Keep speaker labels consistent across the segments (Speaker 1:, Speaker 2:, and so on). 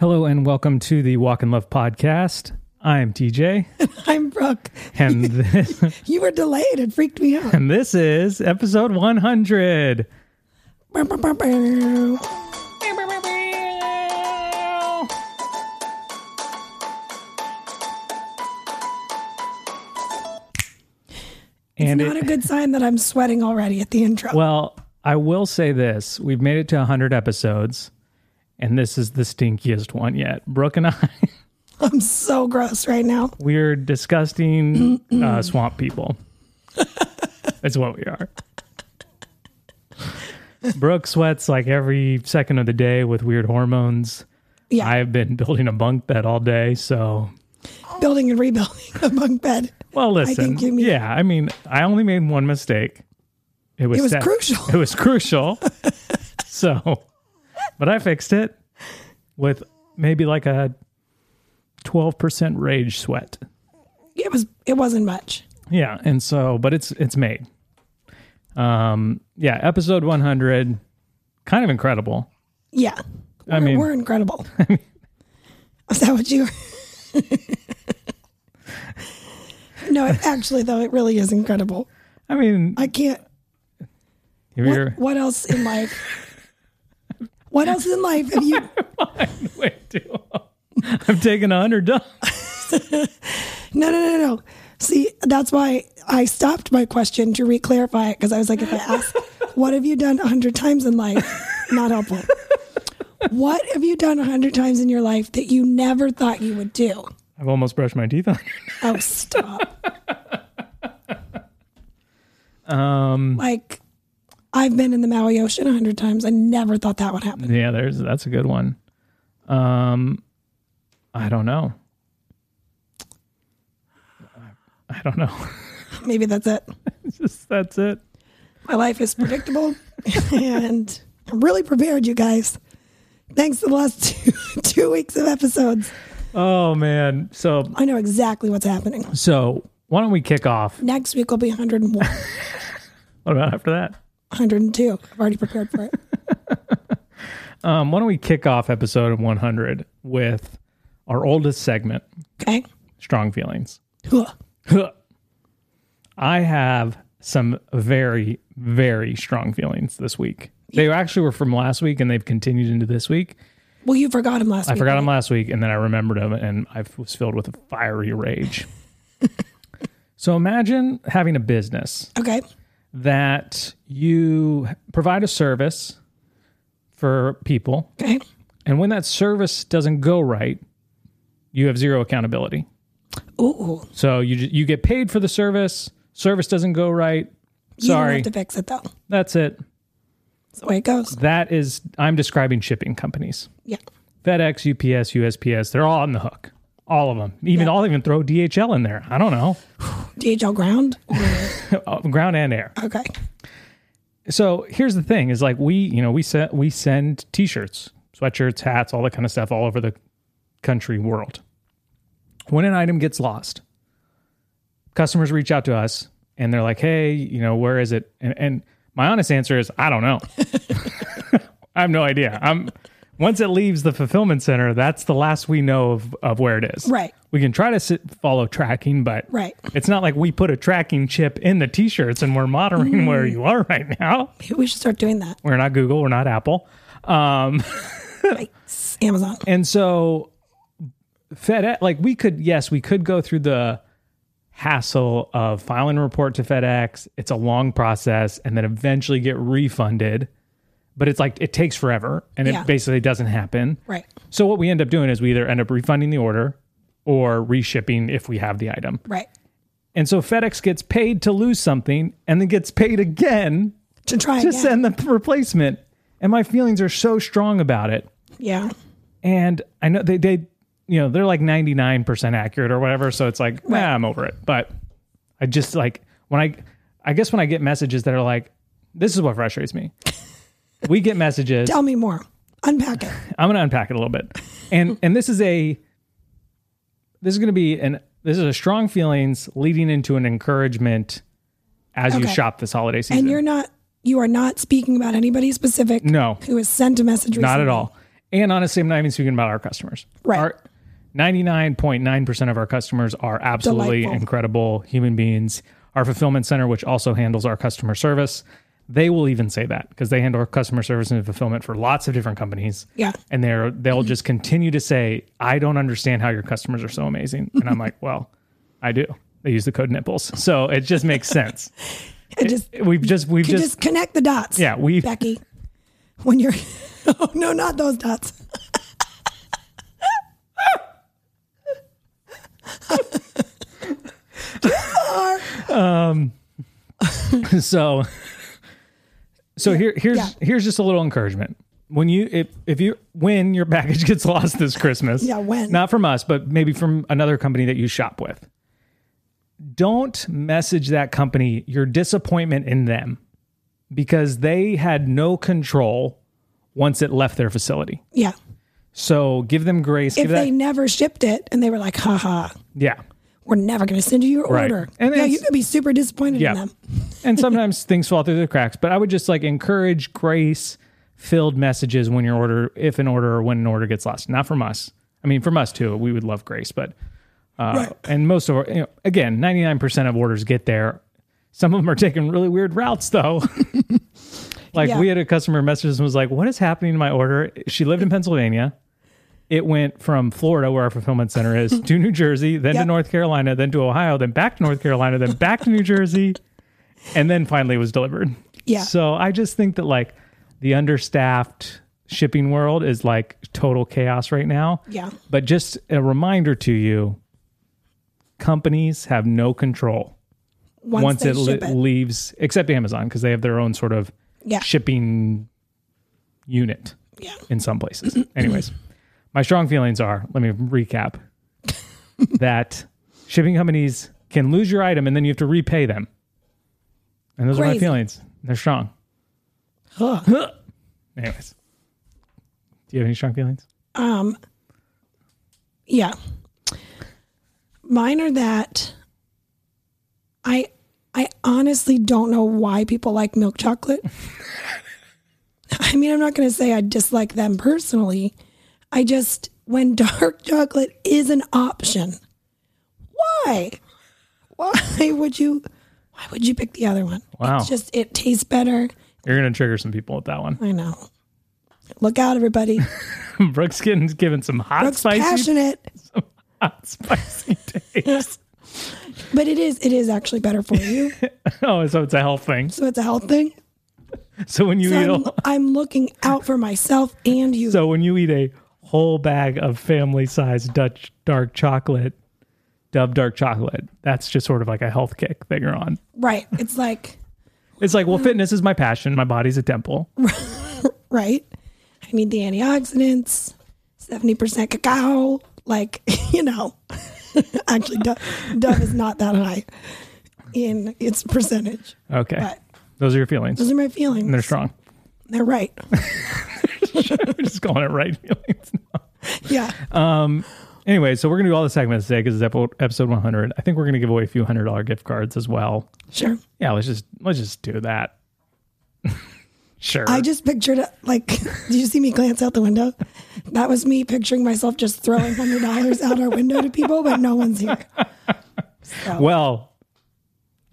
Speaker 1: Hello and welcome to the Walk in Love podcast. I'm TJ,
Speaker 2: I'm Brooke.
Speaker 1: and this,
Speaker 2: You were delayed. It freaked me out.
Speaker 1: and this is episode 100. And
Speaker 2: Not
Speaker 1: it,
Speaker 2: a good sign that I'm sweating already at the intro.
Speaker 1: well, I will say this: we've made it to 100 episodes, and this is the stinkiest one yet. Brooke and I,
Speaker 2: I'm so gross right now.
Speaker 1: we're disgusting uh, swamp people. That's what we are. Brooke sweats like every second of the day with weird hormones.
Speaker 2: Yeah.
Speaker 1: I've been building a bunk bed all day, so
Speaker 2: Building and rebuilding a bunk bed.
Speaker 1: well, listen.
Speaker 2: think you mean-
Speaker 1: yeah, I mean, I only made one mistake. It was,
Speaker 2: It was
Speaker 1: set-
Speaker 2: crucial.
Speaker 1: It was crucial. so, but I fixed it with maybe like a 12% rage sweat.
Speaker 2: It was it wasn't much.
Speaker 1: Yeah, and so but it's it's made. Um yeah, episode 100 kind of incredible.
Speaker 2: Yeah.
Speaker 1: I
Speaker 2: We're-
Speaker 1: mean-
Speaker 2: we're incredible. Is that what you No, it, actually though, it really is incredible.
Speaker 1: I mean,
Speaker 2: I can't
Speaker 1: if
Speaker 2: what,
Speaker 1: you're
Speaker 2: what else in life? What else in life have you
Speaker 1: wait, too long. I'm taking a hundred dollars.
Speaker 2: No, no, no, no. See, that's why I stopped my question to re-clarify it because I was like, if I ask, what have you done a hundred times in life? Not helpful. What have you done a hundred times in your life that you never thought you would do?
Speaker 1: I've almost brushed my teeth on.
Speaker 2: Oh, stop. Um, like I've been in the Maui Ocean a hundred times. I never thought that would happen.
Speaker 1: Yeah, there's that's a good one. Um I don't know. I don't know.
Speaker 2: Maybe that's it.
Speaker 1: Just that's it.
Speaker 2: My life is predictable, and I'm really prepared, you guys. Thanks to the last two, two weeks of episodes.
Speaker 1: Oh man. So
Speaker 2: I know exactly what's happening.
Speaker 1: so why don't we kick off?
Speaker 2: Next week will be 101,
Speaker 1: What about after that?
Speaker 2: 102. I've already prepared for it.
Speaker 1: Um, why don't we kick off episode 100 with our oldest segment,
Speaker 2: Okay.
Speaker 1: Strong Feelings?
Speaker 2: Huh.
Speaker 1: I have some very, very strong feelings this week. They actually were from last week and they've continued into this week.
Speaker 2: Well, you forgot him last
Speaker 1: I
Speaker 2: week.
Speaker 1: forgot them last week and then I remembered them and I was filled with a fiery rage. so imagine having a business
Speaker 2: Okay.
Speaker 1: that you provide a service for people
Speaker 2: Okay.
Speaker 1: And when that service doesn't go right, you have zero accountability.
Speaker 2: Ooh.
Speaker 1: So you ju- you get paid for the service. Service doesn't go right.
Speaker 2: You don't
Speaker 1: Sorry,
Speaker 2: have to fix it, though.
Speaker 1: that's it.
Speaker 2: That's the way it goes.
Speaker 1: That is I'm describing shipping companies.
Speaker 2: Yeah.
Speaker 1: FedEx, UPS, USPS, they're all on the hook. All of them. Even I'll even throw DHL in there. I don't know.
Speaker 2: DHL ground?
Speaker 1: Uh, Ground and air.
Speaker 2: Okay.
Speaker 1: So here's the thing: is like we, you know, we send we send t-shirts, sweatshirts, hats, all that kind of stuff all over the country, world. When an item gets lost, customers reach out to us and they're like, "Hey, you know, where is it?" And, and my honest answer is, I don't know. I have no idea. I'm once it leaves the fulfillment center, that's the last we know of of where it is.
Speaker 2: Right.
Speaker 1: We can try to sit, follow tracking, but
Speaker 2: Right.
Speaker 1: it's not like we put a tracking chip in the t-shirts and we're
Speaker 2: Mm-hmm.
Speaker 1: monitoring where you are right now.
Speaker 2: Maybe we should start doing that.
Speaker 1: We're not Google. We're not Apple. Um,
Speaker 2: It's Amazon.
Speaker 1: and so FedEx, like we could, yes, we could go through the hassle of filing a report to FedEx. It's a long process and then eventually get refunded. But it's like it takes forever and
Speaker 2: Yeah.
Speaker 1: it basically doesn't happen.
Speaker 2: Right.
Speaker 1: So what we end up doing is we either end up refunding the order or reshipping if we have the item.
Speaker 2: Right.
Speaker 1: And so FedEx gets paid to lose something and then gets paid again
Speaker 2: To try
Speaker 1: to
Speaker 2: again.
Speaker 1: send the replacement. And my feelings are so strong about it.
Speaker 2: yeah.
Speaker 1: And I know they, they you know, they're like 99% accurate or whatever. So it's like, nah, I'm over it. But I just like when I, I guess when I get messages that are like, this is what frustrates me. We get messages.
Speaker 2: Tell me more. Unpack it.
Speaker 1: I'm going to unpack it a little bit. And, and this is a, this is going to be an, this is a strong feelings leading into an encouragement as you
Speaker 2: Okay.
Speaker 1: shop this holiday season.
Speaker 2: And you're not, you are not speaking about anybody specific
Speaker 1: no,
Speaker 2: who has sent a message recently.
Speaker 1: Not at all. And honestly, I'm not even speaking about our customers.
Speaker 2: Right.
Speaker 1: Our 99.9% of our customers are absolutely
Speaker 2: Delightful.
Speaker 1: incredible human beings. Our fulfillment center, which also handles our customer service, they will even say that because they handle our customer service and fulfillment for lots of different companies.
Speaker 2: Yeah. Mm-hmm.
Speaker 1: And they're they'll just continue to say, I don't understand how your customers are so amazing. And I'm like, well, I do. They use the code nipples. So it just makes sense.
Speaker 2: And just
Speaker 1: We've just we've
Speaker 2: just,
Speaker 1: just,
Speaker 2: connect the dots.
Speaker 1: Yeah, we-
Speaker 2: Becky, when you're oh no, not those dots. Are-
Speaker 1: so so here here's
Speaker 2: yeah.
Speaker 1: here's just a little encouragement when you if if you when your package gets lost this christmas
Speaker 2: Yeah, when.
Speaker 1: not from us but maybe from another company that you shop with don't message that company your disappointment in them because they had no control once it left their facility
Speaker 2: yeah.
Speaker 1: so give them grace
Speaker 2: If
Speaker 1: give that
Speaker 2: they never shipped it and they were like, haha,
Speaker 1: yeah
Speaker 2: we're never going to send you your
Speaker 1: Right.
Speaker 2: order.
Speaker 1: And
Speaker 2: yeah,
Speaker 1: it's-
Speaker 2: you could be super disappointed
Speaker 1: Yeah.
Speaker 2: in them.
Speaker 1: and sometimes things fall through the cracks. But I would just like encourage grace filled messages when your order, if an order or when an order gets lost. Not from us. I mean, from us too. We would love grace, but uh,
Speaker 2: Right.
Speaker 1: and most of our, you know, again, ninety nine percent of orders get there. Some of them are taking really weird routes though. like
Speaker 2: Yeah.
Speaker 1: we had a customer message us and was like, "What is happening to my order?" She lived in Pennsylvania. It went from Florida, where our fulfillment center is, to New Jersey, then to
Speaker 2: Yep.
Speaker 1: North Carolina, then to Ohio, then back to North Carolina, then back to New Jersey and then finally it was delivered.
Speaker 2: Yeah.
Speaker 1: So I just think that like the understaffed shipping world is like total chaos right now.
Speaker 2: Yeah.
Speaker 1: But just a reminder to you companies have no control
Speaker 2: Once, they
Speaker 1: it, le-
Speaker 2: ship it.
Speaker 1: leaves except Amazon because they have their own sort of
Speaker 2: Yeah.
Speaker 1: shipping unit
Speaker 2: Yeah.
Speaker 1: in some places. Anyways, my strong feelings are, let me recap that shipping companies can lose your item and then you have to repay them. And those are my
Speaker 2: Crazy.
Speaker 1: feelings. They're strong.
Speaker 2: Huh.
Speaker 1: Anyways. Do you have any strong feelings?
Speaker 2: Um, yeah. Mine are that I I honestly don't know why people like milk chocolate. I mean, I'm not going to say I dislike them personally. I just when dark chocolate is an option, why? Why would you why would you pick the other one?
Speaker 1: Wow.
Speaker 2: It's just it tastes better.
Speaker 1: You're gonna trigger some people with that one.
Speaker 2: I know. Look out everybody.
Speaker 1: Brooks getting given some hot
Speaker 2: Brooke's
Speaker 1: spicy
Speaker 2: passionate.
Speaker 1: hot spicy taste.
Speaker 2: But it is it is actually better for you.
Speaker 1: oh, so it's a health thing.
Speaker 2: so it's a health thing.
Speaker 1: So when you
Speaker 2: So
Speaker 1: eat
Speaker 2: I'm,
Speaker 1: a,
Speaker 2: I'm looking out for myself and you.
Speaker 1: so when you eat a whole bag of family sized Dutch dark chocolate, Dove dark chocolate, that's just sort of like a health kick that you're on.
Speaker 2: right. It's like
Speaker 1: It's like, well, fitness is my passion. My body's a temple.
Speaker 2: right. I need the antioxidants, seventy percent cacao. Like you know, actually, Dove, Dove is not that high in its percentage.
Speaker 1: Okay.
Speaker 2: But
Speaker 1: Those are your feelings.
Speaker 2: those are my feelings.
Speaker 1: And they're strong.
Speaker 2: They're right.
Speaker 1: We're just calling it right feelings.
Speaker 2: Yeah.
Speaker 1: Uh, Anyway, so we're going to do all the segments today because it's epo- episode 100. I think we're going to give away a few hundred dollar gift cards as well.
Speaker 2: Sure.
Speaker 1: Yeah, let's just let's just do that. sure.
Speaker 2: I just pictured it like, did you see me glance out the window? That was me picturing myself just throwing hundred dollars out our window to people, but no one's here. So,
Speaker 1: well,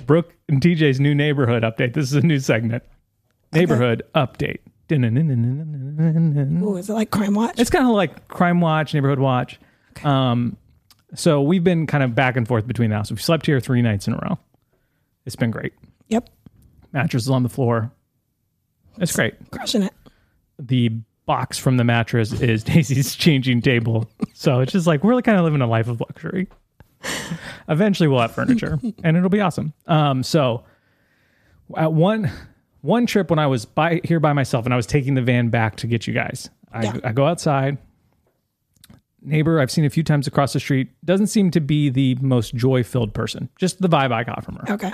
Speaker 1: Brooke and TJ's new neighborhood update. This is a new segment. Neighborhood update. Dun-dun-dun-dun-dun-dun-dun.
Speaker 2: ooh, is it like Crime Watch?
Speaker 1: It's kind of like Crime Watch, Neighborhood Watch. Um, so we've been kind of back and forth between the house. We've slept here three nights in a row. It's been great.
Speaker 2: Yep,
Speaker 1: Mattress is on the floor. It's great.
Speaker 2: crushing it.
Speaker 1: The box from the mattress is Daisy's changing table. So it's just like we're kind of living a life of luxury. Eventually, we'll have furniture, and it'll be awesome. Um, so at one one trip when I was by here by myself, and I was taking the van back to get you guys, I,
Speaker 2: Yeah.
Speaker 1: I go outside. Neighbor I've seen a few times across the street doesn't seem to be the most joy filled person. Just the vibe I got from her
Speaker 2: Okay.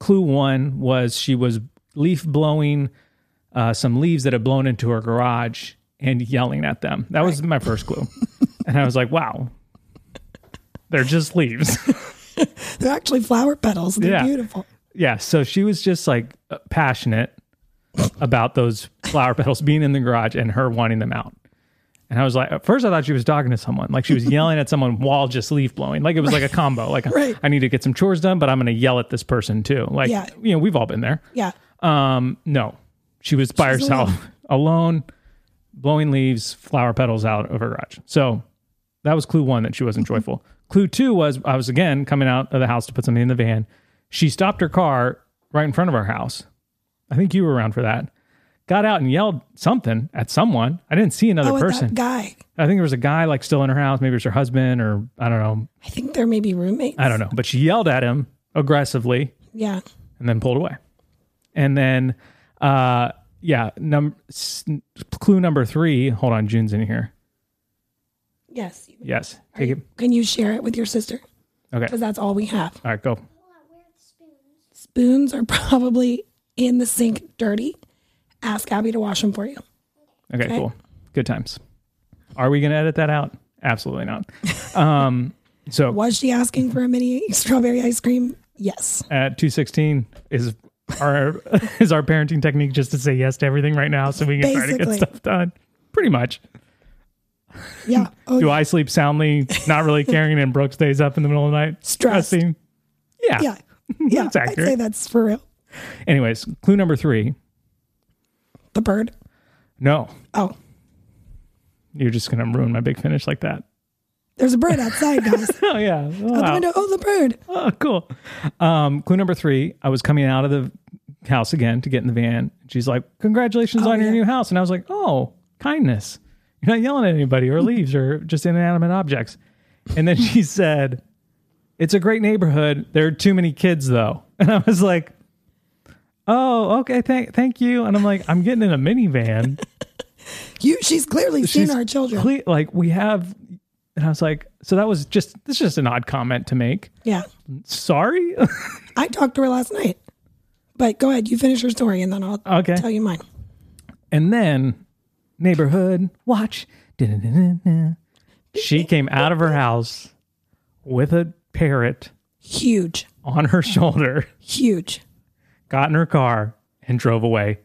Speaker 1: clue one was she was leaf blowing uh, some leaves that had blown into her garage and yelling at them. That was my first clue. and I was like, wow, they're just leaves.
Speaker 2: They're actually flower petals. They're
Speaker 1: Yeah.
Speaker 2: beautiful.
Speaker 1: yeah. So she was just like uh, passionate. about those flower petals being in the garage and her wanting them out. And I was like, at first I thought she was talking to someone, like she was yelling at someone while just leaf blowing. Like it was like a combo. Like
Speaker 2: Right.
Speaker 1: I need to get some chores done, but I'm going to yell at this person too. Like
Speaker 2: Yeah.
Speaker 1: you know, we've all been there.
Speaker 2: Yeah.
Speaker 1: Um, no, she was by
Speaker 2: She's
Speaker 1: herself, alone. blowing leaves, flower petals out of her garage. So that was clue one that she wasn't joyful. Clue two was I was again coming out of the house to put something in the van. She stopped her car right in front of our house. I think you were around for that. Got out and yelled something at someone. I didn't see another
Speaker 2: Oh, and that
Speaker 1: person.
Speaker 2: guy.
Speaker 1: I think there was a guy like still in her house. Maybe it was her husband or I don't know.
Speaker 2: I think they're maybe roommates.
Speaker 1: I don't know. But she yelled at him aggressively
Speaker 2: Yeah.
Speaker 1: and then pulled away. And then, uh, yeah, num- s- clue number three. Hold on, June's in here.
Speaker 2: Yes.
Speaker 1: Yes, take it.
Speaker 2: Can you share it with your sister?
Speaker 1: Okay,
Speaker 2: Because that's all we have.
Speaker 1: all right, go.
Speaker 2: Spoons are probably in the sink dirty. Ask Abby to wash them for you.
Speaker 1: Okay,
Speaker 2: Okay.
Speaker 1: cool. Good times. Are we going to edit that out? Absolutely not. Um, so
Speaker 2: Was she asking for a mini strawberry ice cream? Yes.
Speaker 1: at two sixteen is our is our parenting technique just to say yes to everything right now so we can try to
Speaker 2: Basically.
Speaker 1: get stuff done. Pretty much.
Speaker 2: Yeah. Oh,
Speaker 1: Do I sleep soundly, not really caring, and Brooke stays up in the middle of the night?
Speaker 2: Stressed.
Speaker 1: Stressing. Yeah.
Speaker 2: yeah. Yeah.
Speaker 1: That's
Speaker 2: I'd
Speaker 1: accurate.
Speaker 2: say that's for real.
Speaker 1: Anyways, clue number three.
Speaker 2: The bird.
Speaker 1: No,
Speaker 2: Oh,
Speaker 1: you're just gonna ruin my big finish like that.
Speaker 2: there's a bird outside, guys.
Speaker 1: Oh yeah.
Speaker 2: Out the
Speaker 1: Wow.
Speaker 2: window. Oh, the bird.
Speaker 1: Oh, cool. Um, clue number three. I was coming out of the house again to get in the van. She's like, "Congratulations on your
Speaker 2: yeah.
Speaker 1: new house," and I was like, "Oh, kindness. You're not yelling at anybody or leaves or just inanimate objects." And then she said, "It's a great neighborhood. There are too many kids, though." And I was like, "Oh, okay. Thank, thank you." And I'm like, "I'm getting in a minivan."
Speaker 2: You. She's clearly
Speaker 1: She's
Speaker 2: seen our children.
Speaker 1: cle- like we have, and I was like, "So that was just this is just an odd comment to make."
Speaker 2: yeah.
Speaker 1: Sorry.
Speaker 2: I talked to her last night. But go ahead. You finish your story, and then I'll
Speaker 1: Okay.
Speaker 2: tell you mine.
Speaker 1: And then neighborhood watch. Da-da-da-da-da. She came out of her house with a parrot
Speaker 2: Huge.
Speaker 1: on her shoulder,
Speaker 2: Huge.
Speaker 1: got in her car, and drove away.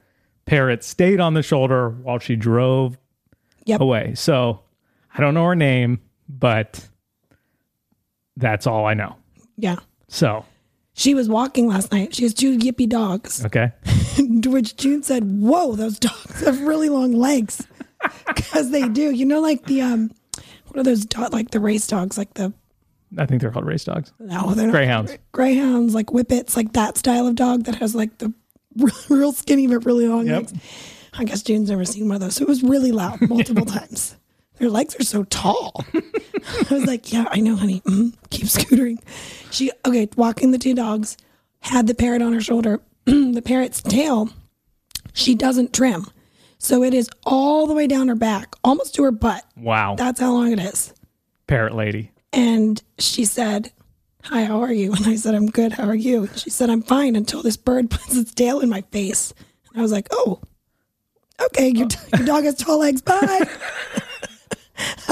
Speaker 1: Parrot stayed on the shoulder while she drove
Speaker 2: Yep.
Speaker 1: away. So I don't know her name, but that's all I know.
Speaker 2: Yeah.
Speaker 1: So,
Speaker 2: She was walking last night. She has two yippy dogs.
Speaker 1: okay.
Speaker 2: To which June said, "Whoa, those dogs have really long legs, because they do. You know, like the um, what are those dog like the race dogs, like the
Speaker 1: I think they're called race dogs.
Speaker 2: no, they're not
Speaker 1: Greyhounds.
Speaker 2: greyhounds, like whippets, like that style of dog that has like the real skinny but really long
Speaker 1: Yep.
Speaker 2: legs. I guess June's never seen one of those. So it was really loud multiple times. Their legs are so tall. I was like, yeah, I know, honey. Mm, keep scootering. She, okay, walking the two dogs, had the parrot on her shoulder. the parrot's tail, she doesn't trim. So it is all the way down her back, almost to her butt.
Speaker 1: Wow.
Speaker 2: That's how long it is.
Speaker 1: Parrot lady.
Speaker 2: And she said, Hi, how are you? And I said, I'm good. How are you? She said, I'm fine until this bird puts its tail in my face. And I was like, Oh, okay.
Speaker 1: Oh.
Speaker 2: Your, your dog has tall legs. Bye.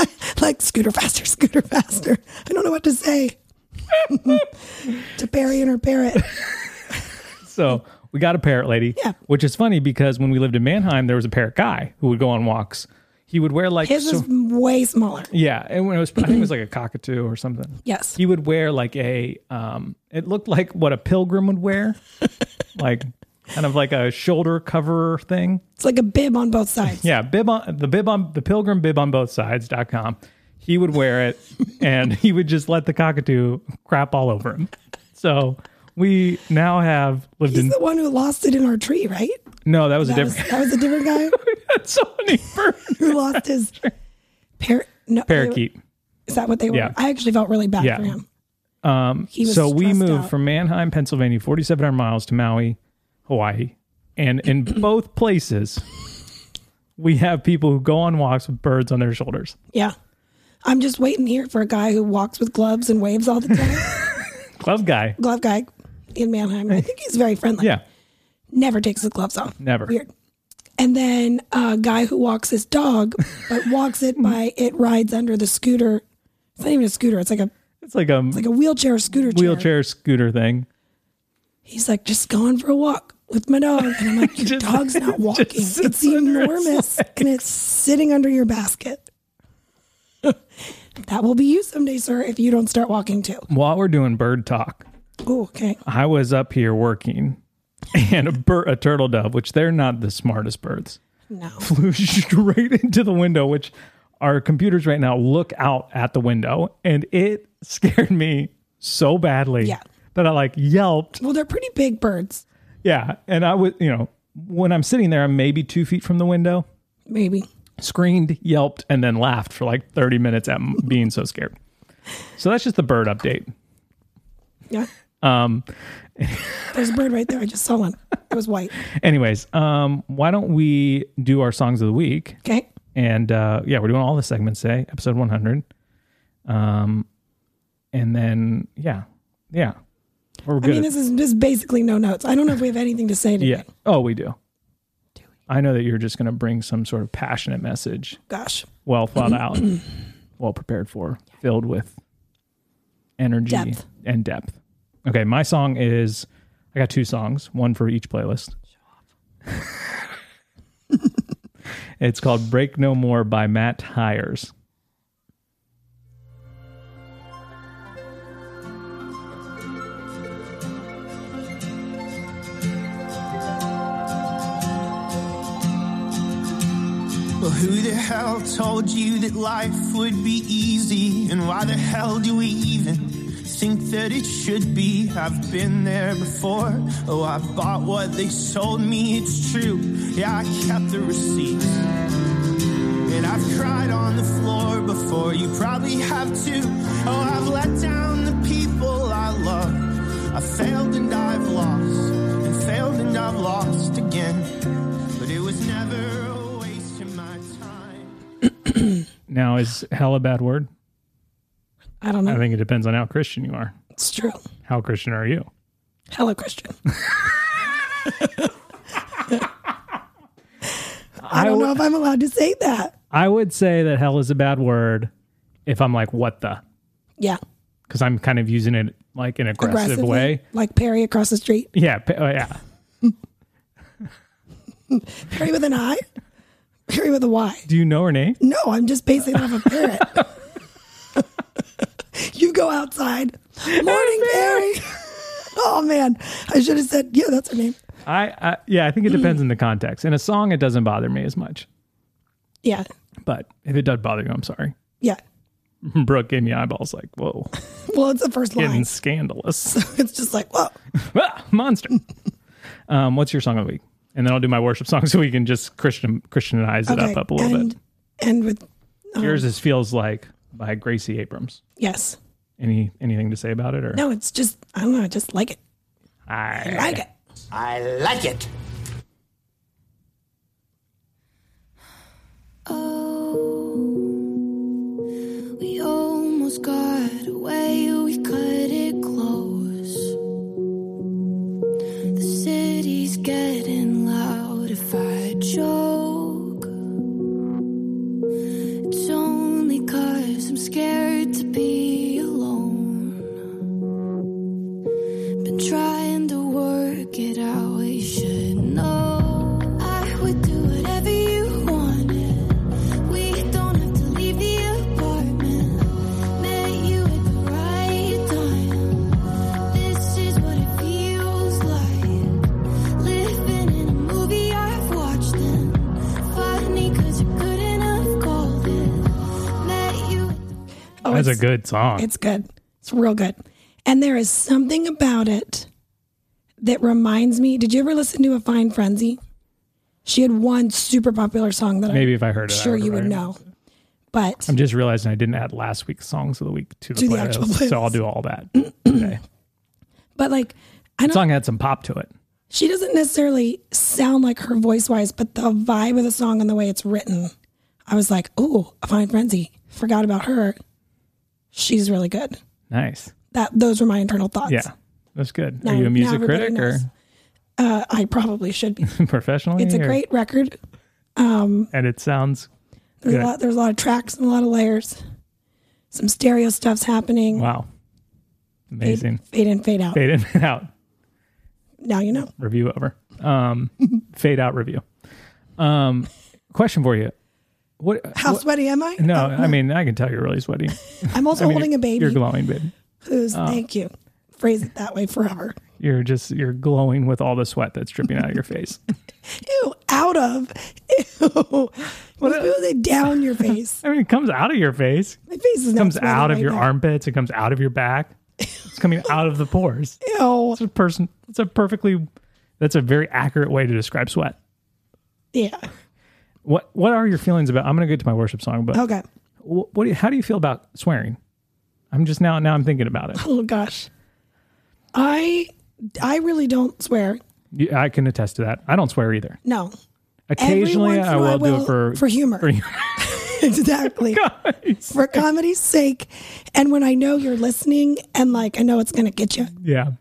Speaker 2: like, scooter faster, scooter faster. I don't know what to say to Barry and her parrot.
Speaker 1: So we got a parrot lady,
Speaker 2: Yeah.
Speaker 1: which is funny because when we lived in Manheim, there was a parrot guy who would go on walks. He would wear like
Speaker 2: His
Speaker 1: so-
Speaker 2: is way smaller.
Speaker 1: yeah, and when it was I think it was like a cockatoo or something.
Speaker 2: Yes.
Speaker 1: He would wear like a um, it looked like what a pilgrim would wear, like kind of like a shoulder cover thing.
Speaker 2: It's like a bib on both sides.
Speaker 1: Yeah, bib on the bib on the pilgrim bib on both sides dot com. He would wear it, and he would just let the cockatoo crap all over him. So we now have lived
Speaker 2: He's
Speaker 1: in
Speaker 2: the one who lost it in our tree, right?
Speaker 1: no, that was a
Speaker 2: That was,
Speaker 1: different.
Speaker 2: that was a different guy
Speaker 1: That's so many birds.
Speaker 2: who lost his parrot. No, they were-
Speaker 1: parakeet.
Speaker 2: Is that what they were?
Speaker 1: Yeah.
Speaker 2: I actually felt really bad
Speaker 1: Yeah.
Speaker 2: for him.
Speaker 1: Um,
Speaker 2: He was
Speaker 1: so we
Speaker 2: stressed
Speaker 1: moved
Speaker 2: out.
Speaker 1: from Manheim, Pennsylvania, 4,700 miles to Maui, Hawaii, and in both places, we have people who go on walks with birds on their shoulders.
Speaker 2: Yeah. I'm just waiting here for a guy who walks with gloves and waves all the time.
Speaker 1: Glove guy,
Speaker 2: Glove guy in Manheim. I think he's very friendly.
Speaker 1: yeah,
Speaker 2: Never takes his gloves off.
Speaker 1: never.
Speaker 2: Weird. And then a guy who walks his dog, but walks it by it rides under the scooter. It's not even a scooter. It's like a
Speaker 1: It's like a
Speaker 2: like a wheelchair scooter. Chair.
Speaker 1: wheelchair scooter thing.
Speaker 2: He's like just going for a walk. with my dog. And I'm like, your
Speaker 1: Just-
Speaker 2: dog's not walking.
Speaker 1: sits
Speaker 2: It's
Speaker 1: under his
Speaker 2: enormous and it's sitting under your basket. that will be you someday, sir, if you don't start walking too.
Speaker 1: While we're doing bird talk,
Speaker 2: Oh, okay.
Speaker 1: I was up here working, and a bird, a turtle dove, which they're not the smartest birds,
Speaker 2: No.
Speaker 1: flew straight into the window. Which our computers right now look out at the window, and it scared me so badly
Speaker 2: Yeah.
Speaker 1: that I like yelped.
Speaker 2: Well, they're pretty big birds,
Speaker 1: Yeah, and I would, you know, when I'm sitting there, I'm maybe two feet from the window,
Speaker 2: maybe.
Speaker 1: screamed, yelped, and then laughed for like 30 minutes at m- being so scared. So that's just the bird update.
Speaker 2: Yeah.
Speaker 1: Um,
Speaker 2: There's a bird right there. I just saw one. It was white.
Speaker 1: anyways, um, why don't we do our songs of the week?
Speaker 2: Okay.
Speaker 1: And uh, yeah, we're doing all the segments today, episode 100. Um, and then yeah, yeah, we're
Speaker 2: I
Speaker 1: good.
Speaker 2: mean, this is just basically no notes. I don't know if we have anything to say today.
Speaker 1: yeah. Oh, we do.
Speaker 2: Do we?
Speaker 1: I know that you're just going to bring some sort of passionate message,
Speaker 2: Gosh.
Speaker 1: well thought out, well prepared for, filled with energy
Speaker 2: Depth.
Speaker 1: and depth. Okay, my song is I got two songs, one for each playlist. it's called Break No More by Matt Hires.
Speaker 3: Well, who the hell told you that life would be easy? And why the hell do we even think that it should be? I've been there before. Oh, I bought what they sold me, it's true. Yeah, I kept the receipts. And I've cried on the floor before, you probably have too. Oh, I've let down the people I love. I failed and I've lost, and failed and I've lost again. But it was never a waste of my time.
Speaker 1: Now is hell a bad word?
Speaker 2: I don't know.
Speaker 1: I think it depends on how Christian you are.
Speaker 2: it's true.
Speaker 1: How Christian are you?
Speaker 2: Hello, Christian. I don't know if I'm allowed to say that.
Speaker 1: I would say that hell is a bad word if I'm like what the
Speaker 2: Yeah.
Speaker 1: because I'm kind of using it like in an aggressive
Speaker 2: Aggressively,
Speaker 1: way.
Speaker 2: Like Perry across the street.
Speaker 1: Yeah, pa- uh, yeah.
Speaker 2: Perry with an I? Perry with a Y.
Speaker 1: Do you know her name?
Speaker 2: No, I'm just basing it off a parrot. you go outside. Morning, Perry. oh, man. I should have said, yeah, that's her name.
Speaker 1: I, I yeah, I think it depends on the context. In a song, it doesn't bother me as much,
Speaker 2: Yeah.
Speaker 1: but if it does bother you, I'm sorry.
Speaker 2: Yeah.
Speaker 1: Brooke gave me eyeballs, like whoa,
Speaker 2: Well, it's the first
Speaker 1: getting
Speaker 2: line.
Speaker 1: scandalous,
Speaker 2: It's just like, whoa.
Speaker 1: Ah, monster. um, what's your song of the week? And then I'll do my worship song so we can just Christian Christianize it up, up a little
Speaker 2: and,
Speaker 1: bit.
Speaker 2: And with, Um,
Speaker 1: Yours is feels like by Gracie Abrams.
Speaker 2: yes.
Speaker 1: Any anything to say about it or
Speaker 2: No, it's just, I don't know. I just like it. I
Speaker 1: I,
Speaker 2: like it.
Speaker 3: I like it.
Speaker 4: Oh, we almost got away. We cut it close. The city's getting loud. If I choke, it's only 'cause I'm scared to be alone. Been trying to work it out. You should know I would do whatever you wanted. We don't have to leave the apartment. Met you at the right time. This is what it feels like. Living in a movie I've watched and funny 'cause you couldn't have called it. Met you at the
Speaker 2: Oh,
Speaker 1: that's a
Speaker 2: it's-
Speaker 1: good song.
Speaker 2: It's good. It's real good. And there is something about it that reminds me. Did you ever listen to A Fine Frenzy? She had one super popular song that
Speaker 1: Maybe if I heard
Speaker 2: I'm
Speaker 1: it, I
Speaker 2: uh, sure you would
Speaker 1: recognized it.
Speaker 2: know. But
Speaker 1: I'm just realizing I didn't add last week's songs of the week to the,
Speaker 2: To the
Speaker 1: playlist,
Speaker 2: actual playlist.
Speaker 1: so I'll do all that. today.
Speaker 2: but like I
Speaker 1: The
Speaker 2: don't
Speaker 1: song had some pop to it.
Speaker 2: she doesn't necessarily sound like her voice wise, but the vibe of the song and the way it's written, I was like, oh, A Fine Frenzy. Forgot about her. She's really good.
Speaker 1: Nice.
Speaker 2: That those were my internal thoughts.
Speaker 1: Yeah, that's good.
Speaker 2: Now-
Speaker 1: Are you
Speaker 2: now
Speaker 1: a music
Speaker 2: everybody
Speaker 1: critic
Speaker 2: knows. Uh, I probably should be.
Speaker 1: or professionally?
Speaker 2: It's a
Speaker 1: or-
Speaker 2: great record.
Speaker 1: and it sounds
Speaker 2: There's
Speaker 1: Good.
Speaker 2: a lot. There's a lot of tracks and a lot of layers. Some stereo stuff's happening.
Speaker 1: wow,
Speaker 2: Fade-
Speaker 1: amazing.
Speaker 2: Fade in, fade out.
Speaker 1: Fade in and out.
Speaker 2: Now you know.
Speaker 1: Review over. Um, fade out review. Um, question for you. What?
Speaker 2: How
Speaker 1: what-
Speaker 2: sweaty am I?
Speaker 1: no,
Speaker 2: Oh,
Speaker 1: I mean I can tell you're really sweaty.
Speaker 2: I'm also
Speaker 1: I mean,
Speaker 2: holding a baby
Speaker 1: You're Oh. glowing, baby.
Speaker 2: who's, thank you. Phrase it that way forever.
Speaker 1: You're just you're glowing with all the sweat that's dripping out of your face.
Speaker 2: Ew, out of. Ew. What people say down your face.
Speaker 1: I mean, it comes out of your face.
Speaker 2: My face is
Speaker 1: It
Speaker 2: not
Speaker 1: comes
Speaker 2: sweaty
Speaker 1: out of
Speaker 2: right
Speaker 1: your
Speaker 2: now.
Speaker 1: armpits. It comes out of your back. It's coming out of the pores.
Speaker 2: Ew.
Speaker 1: It's a person. It's a perfectly. That's a very accurate way to describe sweat.
Speaker 2: Yeah.
Speaker 1: What What are your feelings about? I'm going to get to my worship song, but
Speaker 2: Okay.
Speaker 1: wh- what? Do you, how do you feel about swearing? I'm just now. Now I'm thinking about it.
Speaker 2: Oh gosh. I I really don't swear.
Speaker 1: You- I can attest to that. I don't swear either.
Speaker 2: No. Every
Speaker 1: Occasionally,
Speaker 2: once in
Speaker 1: I
Speaker 2: a
Speaker 1: will,
Speaker 2: while
Speaker 1: do it for.
Speaker 2: for humor. exactly. For comedy's sake. And when I know you're listening and like I know it's gonna get you,
Speaker 1: yeah,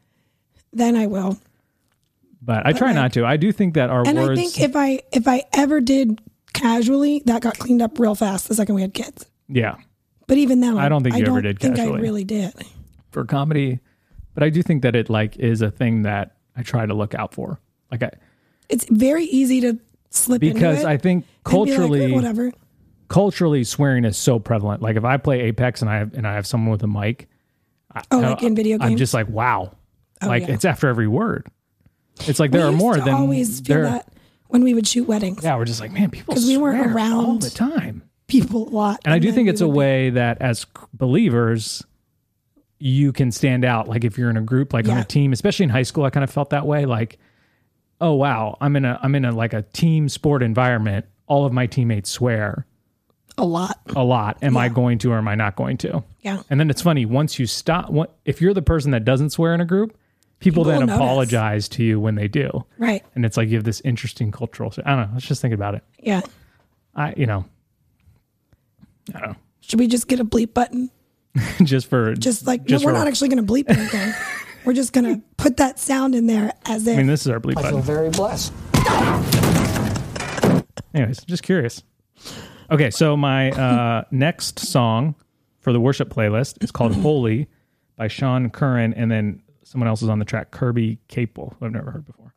Speaker 2: then I will.
Speaker 1: but I try
Speaker 2: like-
Speaker 1: not to. I do think that our
Speaker 2: And
Speaker 1: words.
Speaker 2: I think if I if I ever did casually, that got cleaned up real fast the second we had kids.
Speaker 1: yeah,
Speaker 2: But even then, I
Speaker 1: don't think
Speaker 2: I
Speaker 1: you ever
Speaker 2: don't
Speaker 1: did
Speaker 2: think
Speaker 1: casually.
Speaker 2: I really did.
Speaker 1: for comedy, but I do think that it like is a thing that I try to look out for. Like I
Speaker 2: It's very easy to slip into
Speaker 1: because
Speaker 2: it
Speaker 1: I think
Speaker 2: and be like, "Eh,
Speaker 1: culturally.
Speaker 2: whatever.
Speaker 1: culturally swearing is so prevalent. Like if I play Apex and I have, and I have someone with a mic, I,
Speaker 2: Oh,
Speaker 1: I-
Speaker 2: like in video
Speaker 1: uh, I'm
Speaker 2: games? Oh,
Speaker 1: just like wow, like
Speaker 2: yeah.
Speaker 1: it's after every word. It's like there
Speaker 2: we
Speaker 1: are
Speaker 2: used
Speaker 1: more
Speaker 2: to
Speaker 1: than
Speaker 2: always feel
Speaker 1: there.
Speaker 2: that when we would shoot weddings,
Speaker 1: Yeah, we're just like man, people
Speaker 2: 'Cause we weren't
Speaker 1: swear all
Speaker 2: around.
Speaker 1: the time,
Speaker 2: people a lot.
Speaker 1: and I do
Speaker 2: then
Speaker 1: think
Speaker 2: we
Speaker 1: it's a
Speaker 2: would-
Speaker 1: way that as c- believers. You can stand out, like if you're in a group, like on
Speaker 2: Yeah.
Speaker 1: a team, especially in high school. I kind of felt that way, like, oh wow, I'm in a, I'm in a like a team sport environment. All of my teammates swear
Speaker 2: a lot.
Speaker 1: a lot. Am I going to or am I not going to?
Speaker 2: Yeah.
Speaker 1: And then it's funny once you stop. What, if you're the person that doesn't swear in a group, people,
Speaker 2: People will
Speaker 1: then
Speaker 2: notice.
Speaker 1: apologize to you when they do,
Speaker 2: Right.
Speaker 1: and it's like you have this interesting cultural. I don't know. Let's just think about it.
Speaker 2: Yeah.
Speaker 1: I, you know, I don't
Speaker 2: Should we just get a bleep button?
Speaker 1: know. just for
Speaker 2: Just like
Speaker 1: just
Speaker 2: no, we're
Speaker 1: for.
Speaker 2: not actually going to bleep anything. we're just going to put that sound in there as if
Speaker 1: I mean, this is our bleep
Speaker 5: I
Speaker 1: button.
Speaker 5: feel very blessed.
Speaker 1: Anyways, just curious. Okay, so my uh, next song for the worship playlist is called "Holy" by Sean Curran, and then someone else is on the track, Kirby Capel, who I've never heard before.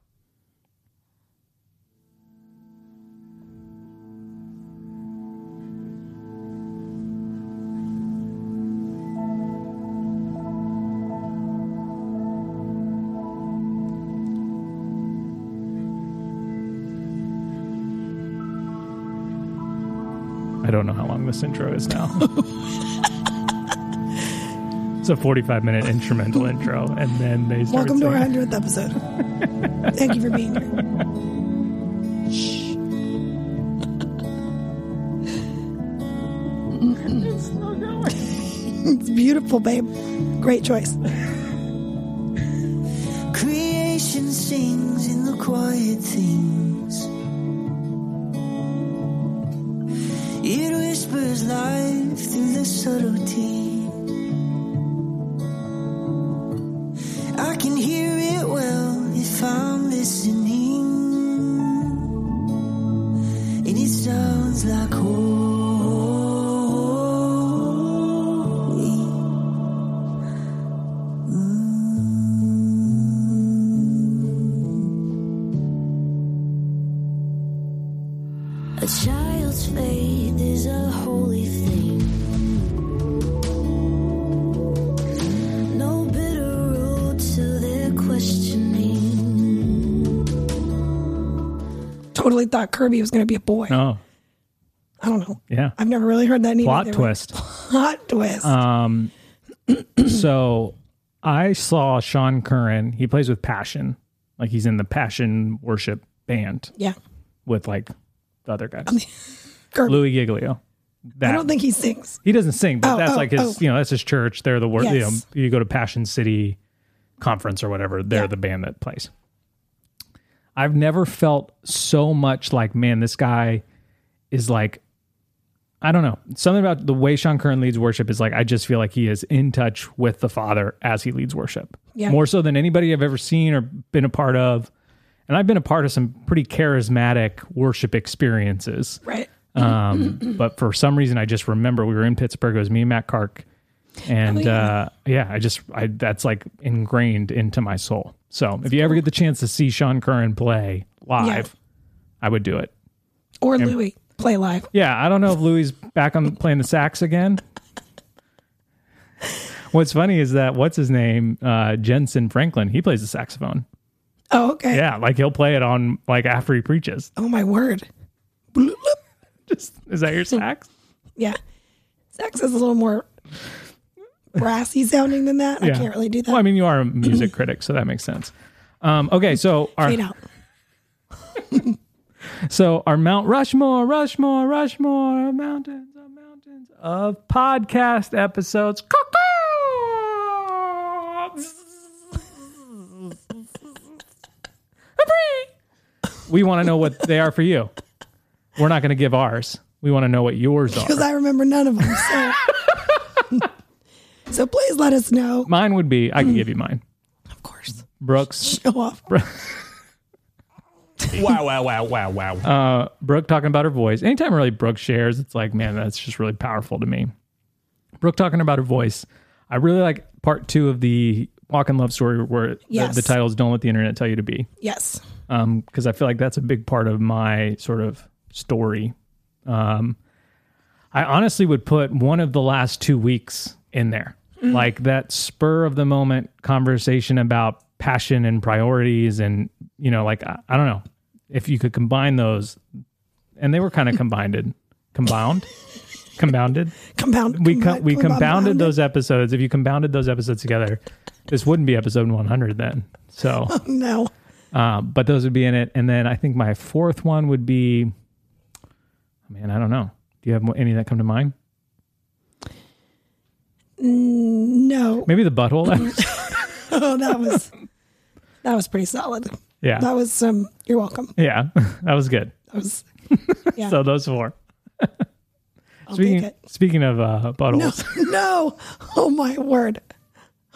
Speaker 1: I don't know how long this intro is now. it's a 45 minute instrumental intro, and then they start
Speaker 2: welcome to our
Speaker 1: singing.
Speaker 2: 100th episode. Thank you for being here. It's beautiful, babe. Great choice.
Speaker 3: Creation sings in the quiet things. It whispers life through the subtlety. I can hear it well if I'm listening. And it sounds like holy.
Speaker 4: A child's faith is a holy thing. No bitter root to their questioning.
Speaker 2: Totally thought Kirby was going to be a boy.
Speaker 1: Oh,
Speaker 2: I don't know.
Speaker 1: yeah.
Speaker 2: I've never really heard that name.
Speaker 1: Plot
Speaker 2: either.
Speaker 1: twist.
Speaker 2: Plot twist.
Speaker 1: Um, so I saw Sean Curran. He plays with Passion. Like he's in the Passion Worship Band
Speaker 2: yeah.
Speaker 1: with like the other guys.
Speaker 2: Kirby.
Speaker 1: Louis Giglio. That
Speaker 2: I don't think he sings.
Speaker 1: he doesn't sing, but
Speaker 2: Oh,
Speaker 1: that's
Speaker 2: oh,
Speaker 1: like his,
Speaker 2: oh.
Speaker 1: you know, that's his church. They're the wor- you, know,
Speaker 2: Yes.
Speaker 1: you go to Passion City conference or whatever. They're
Speaker 2: Yeah.
Speaker 1: the band that plays. I've never felt so much like, man, this guy is like, I don't know, something about the way Sean Curran leads worship is like, I just feel like he is in touch with the Father as he leads worship,
Speaker 2: Yeah.
Speaker 1: more so than anybody I've ever seen or been a part of. And I've been a part of some pretty charismatic worship experiences.
Speaker 2: Right.
Speaker 1: Um, but for some reason, I just remember we were in Pittsburgh. It was me and Matt Kark, And
Speaker 2: yeah.
Speaker 1: uh, yeah, I just I that's like ingrained into my soul. So if you ever get the chance to see Sean Curran play live, I would do it.
Speaker 2: Or Louis play live.
Speaker 1: Yeah, I don't know if Louis back on playing the sax again. What's funny is that what's his name, uh, Jensen Franklin. He plays the saxophone.
Speaker 2: Oh, okay.
Speaker 1: Yeah, like he'll play it on like after he preaches.
Speaker 2: Oh my word.
Speaker 1: Just is that your sax?
Speaker 2: Yeah. Sax is a little more brassy sounding than that. I
Speaker 1: Yeah.
Speaker 2: can't really do that.
Speaker 1: Well, I mean, you are a music critic, so that makes sense. Um, okay, so our
Speaker 2: Fade out.
Speaker 1: so our Mount Rushmore, Rushmore, Rushmore, mountains, of mountains of podcast episodes. We want to know what they are for you. We're not going to give ours. We want to know what yours
Speaker 2: Because
Speaker 1: are.
Speaker 2: I remember none of them. So. so please let us know.
Speaker 1: Mine would be I can give you mine.
Speaker 2: Of course.
Speaker 1: Brooks,
Speaker 2: Show off.
Speaker 5: Wow, wow, wow, wow, wow.
Speaker 1: Brooke talking about her voice. Anytime really Brooke shares, it's like, man, that's just really powerful to me. Brooke talking about her voice. I really like part two of the Walk in Love story where the-
Speaker 2: Yes.
Speaker 1: the, title is Don't Let the Internet Tell You to Be.
Speaker 2: Yes.
Speaker 1: Because um, I feel like that's a big part of my sort of story. Um, I honestly would put one of the last two weeks in there. Like that spur of the moment conversation about passion and priorities and, you know, like, I, I don't know. If you could combine those, and they were kind of combined, compound, compounded.
Speaker 2: Compound.
Speaker 1: We co-
Speaker 2: combi-
Speaker 1: we
Speaker 2: combi-
Speaker 1: compounded
Speaker 2: bounded.
Speaker 1: those episodes. If you compounded those episodes together, this wouldn't be episode 100 then. So,
Speaker 2: No.
Speaker 1: um, but those would be in it. And then I think my fourth one would be, man, I don't know. Do you have any that come to mind?
Speaker 2: No.
Speaker 1: Maybe the butthole. episode?
Speaker 2: Oh, that was that was pretty solid.
Speaker 1: yeah,
Speaker 2: That was um. You're welcome.
Speaker 1: yeah, that was good.
Speaker 2: That was. Yeah.
Speaker 1: So those four.
Speaker 2: I'll take
Speaker 1: Speaking
Speaker 2: it.
Speaker 1: speaking of uh,
Speaker 2: No,
Speaker 1: buttholes,
Speaker 2: no. Oh my word.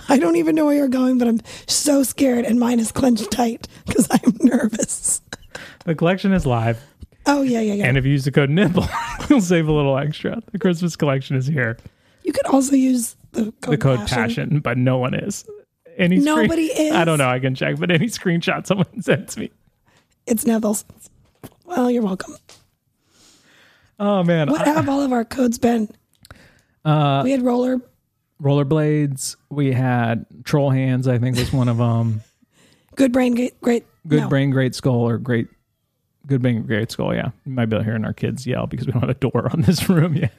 Speaker 2: I don't even know where you're going, but I'm so scared and mine is clenched tight because I'm nervous.
Speaker 1: the collection is live,
Speaker 2: Oh yeah, yeah, yeah.
Speaker 1: and if you use the code nipple, you'll save a little extra. The Christmas collection is here.
Speaker 2: you could also use the code,
Speaker 1: the code
Speaker 2: passion.
Speaker 1: passion. but no one is. Any screen-
Speaker 2: Nobody is.
Speaker 1: I don't know. I can check, but any screenshot someone sends me.
Speaker 2: It's Neville's. Well, you're welcome.
Speaker 1: Oh man,
Speaker 2: What
Speaker 1: I-
Speaker 2: have all of our codes been? Uh, we had roller.
Speaker 1: rollerblades. We had troll hands. I think was one of them.
Speaker 2: Good brain, great. great
Speaker 1: Good
Speaker 2: no.
Speaker 1: brain, great skull, or great. Good brain, great skull. Yeah, you might be able to hear our kids yell because we don't have a door on this room yet.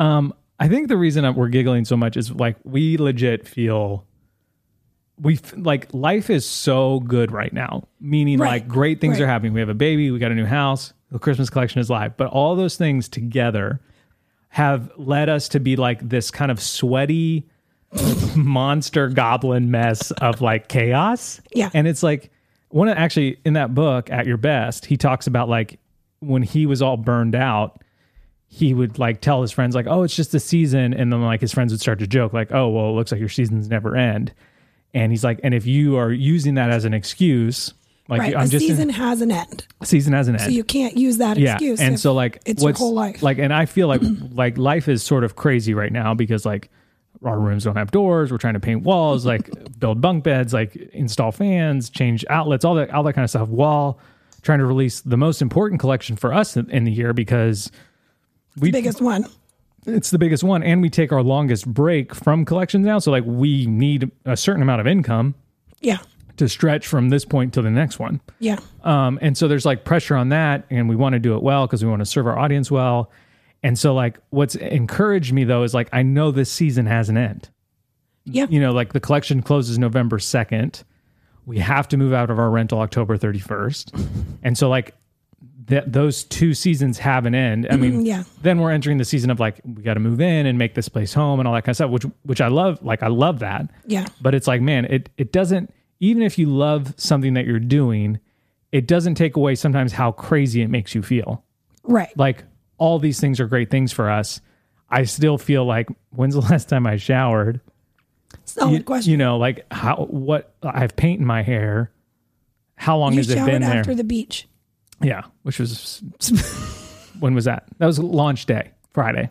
Speaker 1: um, I think the reason that we're giggling so much is like we legit feel. We f- like life is so good right now, meaning
Speaker 2: Right.
Speaker 1: like great things
Speaker 2: Right.
Speaker 1: are happening. We have a baby, we got a new house, the Christmas collection is live, but all those things together have led us to be like this kind of sweaty monster goblin mess of like chaos.
Speaker 2: Yeah.
Speaker 1: And it's like one of- actually in that book, At Your Best, he talks about like when he was all burned out, he would like tell his friends, like, oh, it's just the season. And then like his friends would start to joke, like, oh, well, it looks like your seasons never end. And he's like, and if you are using that as an excuse, like
Speaker 2: Right.
Speaker 1: I'm
Speaker 2: the
Speaker 1: just
Speaker 2: season
Speaker 1: in,
Speaker 2: has an end,
Speaker 1: season has an end
Speaker 2: so you can't use that
Speaker 1: yeah
Speaker 2: excuse.
Speaker 1: and
Speaker 2: if
Speaker 1: so like
Speaker 2: it's your whole life.
Speaker 1: like and i feel like like life is sort of crazy right now because like our rooms don't have doors we're trying to paint walls like build bunk beds like install fans change outlets all that all that kind of stuff while trying to release the most important collection for us in, in the year because we
Speaker 2: biggest one.
Speaker 1: it's the biggest one and we take our longest break from collections now so like we need a certain amount of income
Speaker 2: Yeah,
Speaker 1: to stretch from this point to the next one
Speaker 2: yeah.
Speaker 1: um, and so there's like pressure on that, and we want to do it well because we want to serve our audience well. And so, like, what's encouraged me though is like, I know this season has an end.
Speaker 2: Yeah.
Speaker 1: You know, like the collection closes November 2nd. We have to move out of our rental October 31st. And so, like, th- those two seasons have an end. I mean,
Speaker 2: Yeah.
Speaker 1: then we're entering the season of like, we got to move in and make this place home and all that kind of stuff, which, which I love. Like, I love that
Speaker 2: Yeah.
Speaker 1: but it's like man it it doesn't even if you love something that you're doing it doesn't take away sometimes how crazy it makes you feel
Speaker 2: Right.
Speaker 1: like all these things are great things for us i still feel like when's the last time i showered
Speaker 2: Solid
Speaker 1: you,
Speaker 2: question.
Speaker 1: you know like how what i've paint in my hair how long
Speaker 2: you
Speaker 1: has it
Speaker 2: showered
Speaker 1: been there
Speaker 2: after the beach.
Speaker 1: yeah which was when was that that was launch day friday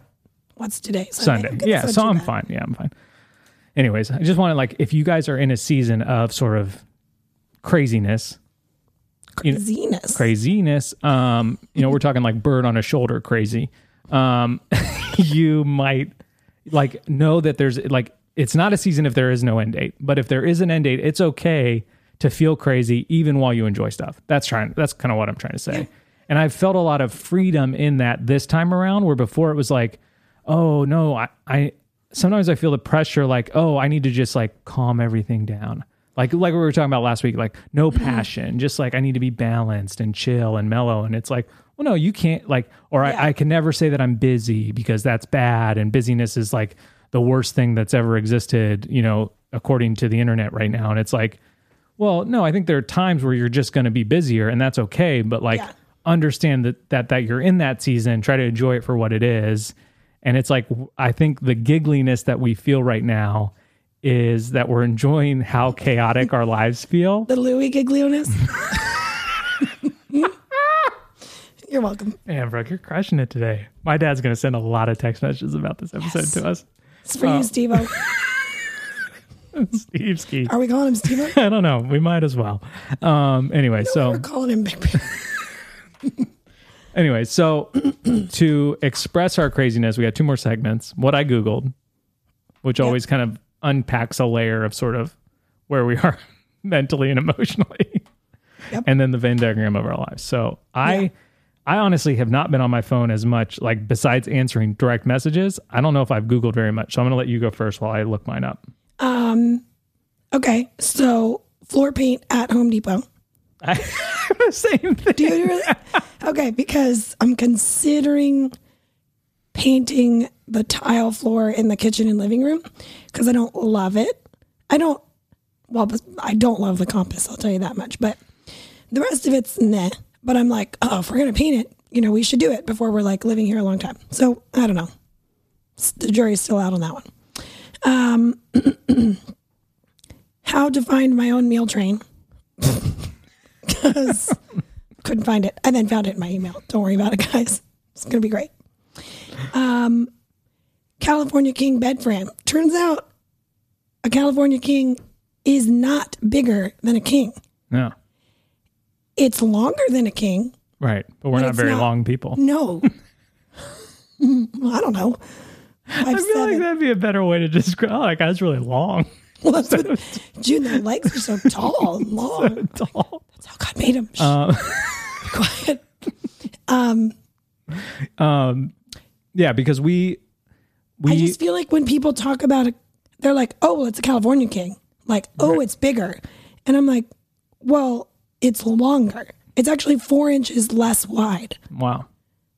Speaker 2: What's today?
Speaker 1: Sunday.
Speaker 2: Okay,
Speaker 1: Yeah,
Speaker 2: so
Speaker 1: so
Speaker 2: do
Speaker 1: I'm
Speaker 2: that.
Speaker 1: fine. Yeah, I'm fine. Anyways, I just wanted like if you guys are in a season of sort of craziness, you know,
Speaker 2: Craziness.
Speaker 1: craziness, um, you know, we're talking like bird on a shoulder crazy. Um, you might like know that there's like it's not a season if there is no end date, but if there is an end date, it's okay to feel crazy even while you enjoy stuff. That's trying that's kind of what I'm trying to say. And I felt a lot of freedom in that this time around where before it was like, oh no, I, I sometimes I feel the pressure like, oh, I need to just like calm everything down. Like like we were talking about last week, like no passion, just like I need to be balanced and chill and mellow. And it's like, well, no, you can't like, or I, I can never say that I'm busy because that's bad. And busyness is like the worst thing that's ever existed, you know, according to the internet right now. And it's like, well, no, I think there are times where you're just going to be busier and that's okay, but like
Speaker 2: Yeah.
Speaker 1: understand that that that you're in that season, try to enjoy it for what it is. And it's like w- I think the giggliness that we feel right now is that we're enjoying how chaotic our lives feel.
Speaker 2: The Louis Giglionis. You're welcome.
Speaker 1: Man, Brooke, you're crushing it today. My dad's going to send a lot of text messages about this episode
Speaker 2: Yes.
Speaker 1: to us.
Speaker 2: It's for
Speaker 1: Oh.
Speaker 2: you, Steve.
Speaker 1: Steve Ski.
Speaker 2: Are we calling him Steve?
Speaker 1: I don't know. We might as well. Um, anyway, so
Speaker 2: We're calling him Big Bear.
Speaker 1: Anyway, so to express our craziness, we got two more segments. What I Googled, which always kind of unpacks a layer of sort of where we are mentally and emotionally.
Speaker 2: Yep.
Speaker 1: And then the Venn diagram of our lives. So I
Speaker 2: Yeah.
Speaker 1: I honestly have not been on my phone as much, like besides answering direct messages. I don't know if I've Googled very much. So I'm gonna let you go first while I look mine up.
Speaker 2: Okay, so floor paint at Home Depot.
Speaker 1: Same thing.
Speaker 2: Do you really? okay, because I'm considering painting the tile floor in the kitchen and living room because I don't love it. I don't. Well, but I don't love the compass. I'll tell you that much. But the rest of it's nah. But I'm like, oh, if we're gonna paint it, you know, we should do it before we're like living here a long time. So I don't know. S- The jury's still out on that one. Um, how to find my own meal train? Because couldn't find it. I then found it in my email. Don't worry about it, guys. It's gonna be great. Um, California King bed frame. Turns out a California King is not bigger than a king.
Speaker 1: No.
Speaker 2: It's longer than a king.
Speaker 1: Right. But we're not
Speaker 2: it's
Speaker 1: very
Speaker 2: not-
Speaker 1: long people.
Speaker 2: No, I don't know. Five,
Speaker 1: I feel like
Speaker 2: seven.
Speaker 1: that'd be a better way to describe like I was really long.
Speaker 2: Well, that's what, June, their legs are so tall and long.
Speaker 1: Tall.
Speaker 2: That's how God made them. Shh, Be quiet.
Speaker 1: Yeah, because we we
Speaker 2: I just feel like when people talk about it, they're like, oh, well, it's a California king. Like, oh, it's bigger. And I'm like, well, it's longer. It's actually four inches less wide.
Speaker 1: wow.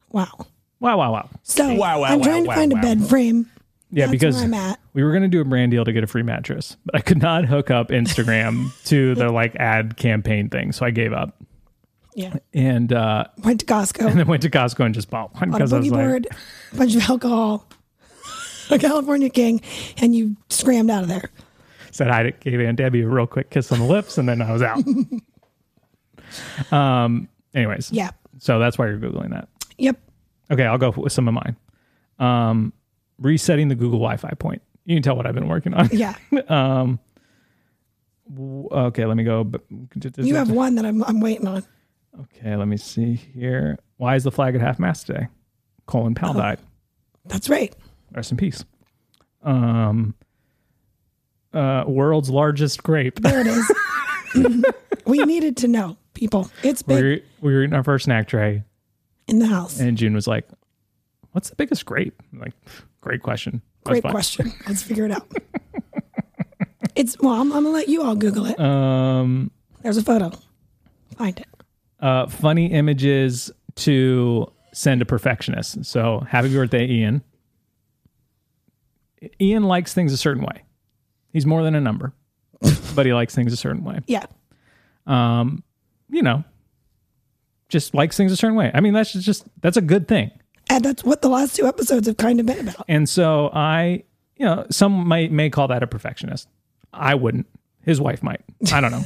Speaker 2: Wow.
Speaker 1: Wow, wow, wow.
Speaker 2: So
Speaker 5: Wow, wow,
Speaker 2: I'm
Speaker 5: wow,
Speaker 2: trying
Speaker 5: wow,
Speaker 2: to find
Speaker 5: wow.
Speaker 2: a bed frame.
Speaker 1: Yeah,
Speaker 2: That's
Speaker 1: because
Speaker 2: where I'm at.
Speaker 1: we were going to do a brand deal to get a free mattress, but I could not hook up Instagram to their like ad campaign thing, so I gave up.
Speaker 2: Yeah.
Speaker 1: And uh
Speaker 2: Went to Costco,
Speaker 1: then went to Costco and just bought one
Speaker 2: bought a
Speaker 1: because I was
Speaker 2: boogie
Speaker 1: like
Speaker 2: board, a bunch of alcohol, a California king, and you scrammed out of there.
Speaker 1: said I gave Aunt Debbie a real quick kiss on the lips and then I was out. um anyways.
Speaker 2: Yeah.
Speaker 1: So that's why you're googling that.
Speaker 2: Yep.
Speaker 1: Okay, I'll go with some of mine. Um resetting the Google Wi-Fi point. You can tell what I've been working on.
Speaker 2: Yeah.
Speaker 1: Okay, let me go.
Speaker 2: You have one that I'm, I'm waiting on.
Speaker 1: Okay, let me see here. Why is the flag at half mast today? Colin
Speaker 2: Oh.
Speaker 1: Powell died.
Speaker 2: That's right.
Speaker 1: Rest in peace. Um, uh, world's largest grape.
Speaker 2: There it is. we needed to know, people. It's
Speaker 1: we,
Speaker 2: big
Speaker 1: were, we were eating our first snack tray,
Speaker 2: in the house.
Speaker 1: and June was like, "What's the biggest grape?" I'm like, "Pff, great question. That's
Speaker 2: Great
Speaker 1: fine."
Speaker 2: question. Let's figure it out. it's well, I'm, I'm gonna let you all Google it.
Speaker 1: Um,
Speaker 2: There's a photo. Find it.
Speaker 1: uh, funny images to send to perfectionists. So happy birthday, Ian. Ian likes things a certain way. He's more than a number, but he likes things a certain way.
Speaker 2: Yeah.
Speaker 1: you know, just likes things a certain way. I mean, that's just that's a good thing.
Speaker 2: And that's what the last two episodes have kind of been about.
Speaker 1: And so I, you know, some might may call that a perfectionist. I wouldn't. His wife might. I don't know.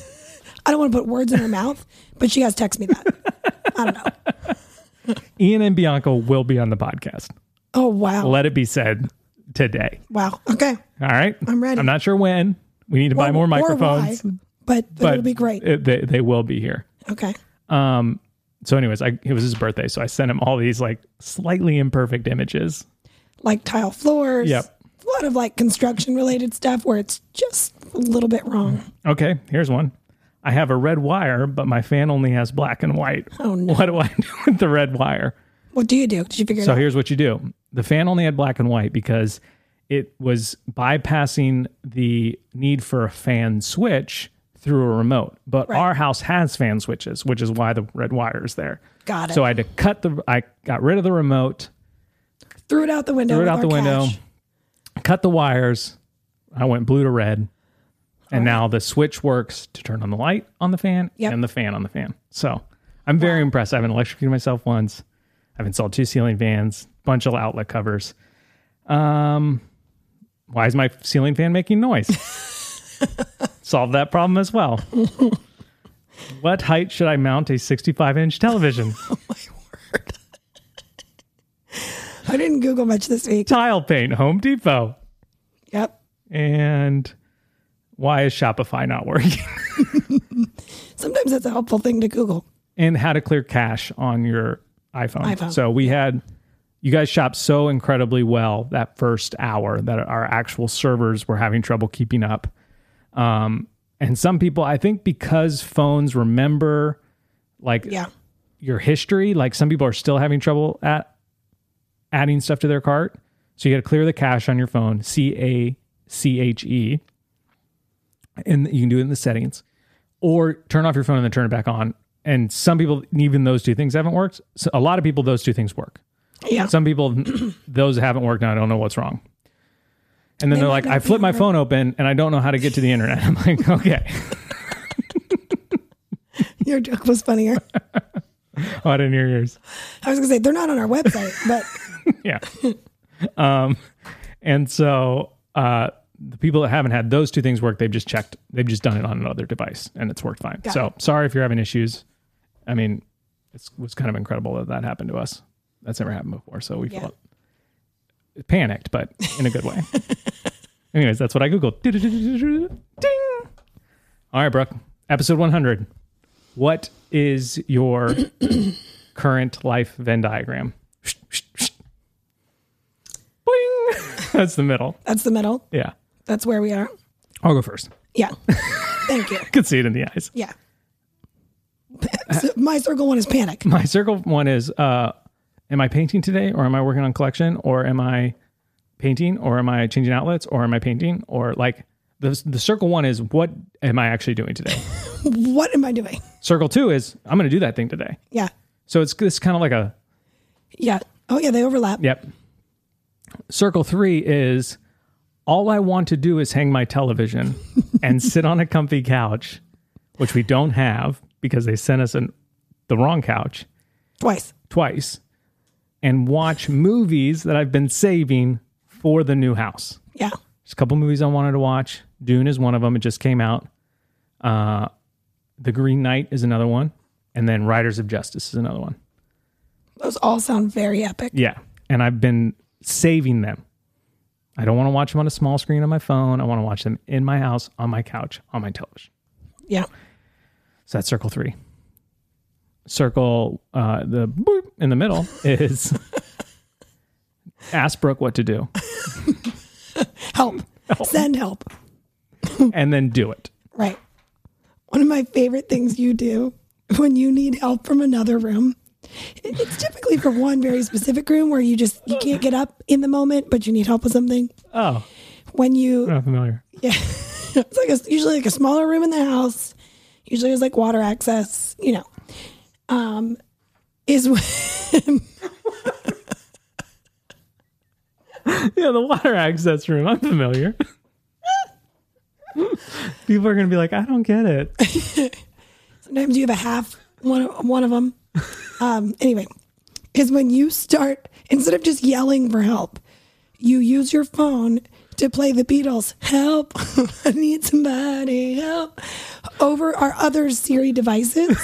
Speaker 2: I don't want to put words in her mouth, but she has texted me that. I don't know.
Speaker 1: Ian and Bianca will be on the podcast.
Speaker 2: Oh, wow.
Speaker 1: Let it be said today.
Speaker 2: wow. Okay.
Speaker 1: All right.
Speaker 2: I'm ready.
Speaker 1: I'm not sure when. We need to buy
Speaker 2: Or-
Speaker 1: more
Speaker 2: or
Speaker 1: microphones.
Speaker 2: why, but, but
Speaker 1: but
Speaker 2: it'll be great.
Speaker 1: it- they, they will be here.
Speaker 2: okay.
Speaker 1: So, anyways, I, it was his birthday. So I sent him all these like slightly imperfect images.
Speaker 2: Like tile floors.
Speaker 1: Yep.
Speaker 2: A lot of like construction related stuff where it's just a little bit wrong.
Speaker 1: Okay. Here's one. I have a red wire, but my fan only has black and white.
Speaker 2: Oh, no.
Speaker 1: What do I do with the red wire?
Speaker 2: What do you do? Did you figure it
Speaker 1: So
Speaker 2: out?
Speaker 1: here's what you do. The fan only had black and white because it was bypassing the need for a fan switch through a remote. But
Speaker 2: Right.
Speaker 1: our house has fan switches, which is why the red wire is there.
Speaker 2: Got it.
Speaker 1: So I had to cut the I got rid of the remote,
Speaker 2: threw it out the window.
Speaker 1: threw it
Speaker 2: with
Speaker 1: out
Speaker 2: our
Speaker 1: the window,
Speaker 2: cash.
Speaker 1: cut the wires. I went blue to red. And now the switch works to turn on the light on the fan
Speaker 2: Yep.
Speaker 1: and the fan on the fan. So I'm very impressed. I haven't electrocuted myself once. I've installed two ceiling fans, bunch of outlet covers. Um, why is my ceiling fan making noise? Solve that problem as well. what height should I mount a 65 inch television?
Speaker 2: I didn't Google much this week.
Speaker 1: Tile paint, Home Depot.
Speaker 2: Yep.
Speaker 1: And why is Shopify not working?
Speaker 2: Sometimes that's a helpful thing to Google.
Speaker 1: and how to clear cache on your iPhone.
Speaker 2: iPhone.
Speaker 1: So we had you guys shopped so incredibly well that first hour that our actual servers were having trouble keeping up. Um, and some people, I think, because phones remember like
Speaker 2: Yeah.
Speaker 1: your history, like some people are still having trouble at adding stuff to their cart. So you got to clear the cache on your phone, C A C H E, and you can do it in the settings, or turn off your phone and then turn it back on. And some people, even those two things haven't worked. So a lot of people, those two things work.
Speaker 2: Yeah.
Speaker 1: Some people, those haven't worked, and I don't know what's wrong. And then
Speaker 2: They
Speaker 1: they're
Speaker 2: might
Speaker 1: like,
Speaker 2: not
Speaker 1: I
Speaker 2: be
Speaker 1: flip my
Speaker 2: aware.
Speaker 1: phone open and I don't know how to get to the internet. I'm like, okay.
Speaker 2: Your joke was funnier.
Speaker 1: Oh, I didn't hear yours.
Speaker 2: I was going to say, they're not on our website, but
Speaker 1: yeah. um, and so uh, the people that haven't had those two things work, they've just checked, they've just done it on another device, and it's worked fine.
Speaker 2: Got
Speaker 1: so sorry if you're having issues. I mean, it's, it was kind of incredible that that happened to us. That's never happened before, so we
Speaker 2: Yeah.
Speaker 1: felt panicked, but in a good way. Anyways, that's what I googled. Ding. All right, Brooke. Episode 100. What is your current life Venn diagram? Bling. That's the middle.
Speaker 2: that's the middle.
Speaker 1: Yeah.
Speaker 2: That's where we are.
Speaker 1: I'll go first.
Speaker 2: Yeah. Thank you.
Speaker 1: I could see it in the eyes.
Speaker 2: Yeah. So my circle one is panic.
Speaker 1: My circle one is uh am I painting today or am I working on collection or am I painting or am I changing outlets or am I painting or like the the circle one is what am I actually doing today?
Speaker 2: What am I doing?
Speaker 1: circle 2 is I'm going to do that thing today.
Speaker 2: Yeah.
Speaker 1: So it's it's kind of like a
Speaker 2: Yeah. Oh, yeah. They overlap.
Speaker 1: Yep. Circle three is all I want to do is hang my television and sit on a comfy couch, which we don't have because they sent us an, the wrong couch
Speaker 2: Twice.
Speaker 1: twice, and watch movies that I've been saving for the new house.
Speaker 2: Yeah.
Speaker 1: There's a couple movies I wanted to watch. Dune is one of them. It just came out. Uh, the Green Knight is another one. And then Riders of Justice is another one.
Speaker 2: Those all sound very epic.
Speaker 1: Yeah. And I've been saving them. I don't want to watch them on a small screen on my phone. I want to watch them in my house, on my couch, on my television.
Speaker 2: Yeah.
Speaker 1: So that's circle three. Circle uh, the boop in the middle is ask Brooke what to do
Speaker 2: Help. Send help.
Speaker 1: and then do it.
Speaker 2: Right. One of my favorite things you do when you need help from another room. it- It's typically for one very specific room where you just you can't get up in the moment, but you need help with something.
Speaker 1: Oh,
Speaker 2: When you
Speaker 1: not familiar.
Speaker 2: Yeah. it's like a, usually like a smaller room in the house. Usually there's like water access, you know. Um, is when,
Speaker 1: Yeah, the water access room. I'm familiar. People are going to be like, I don't get it.
Speaker 2: sometimes you have a half one of- one of them. Um, anyway, is when you start instead of just yelling for help, you use your phone to play the Beatles "Help, I Need Somebody Help" over our other Siri devices.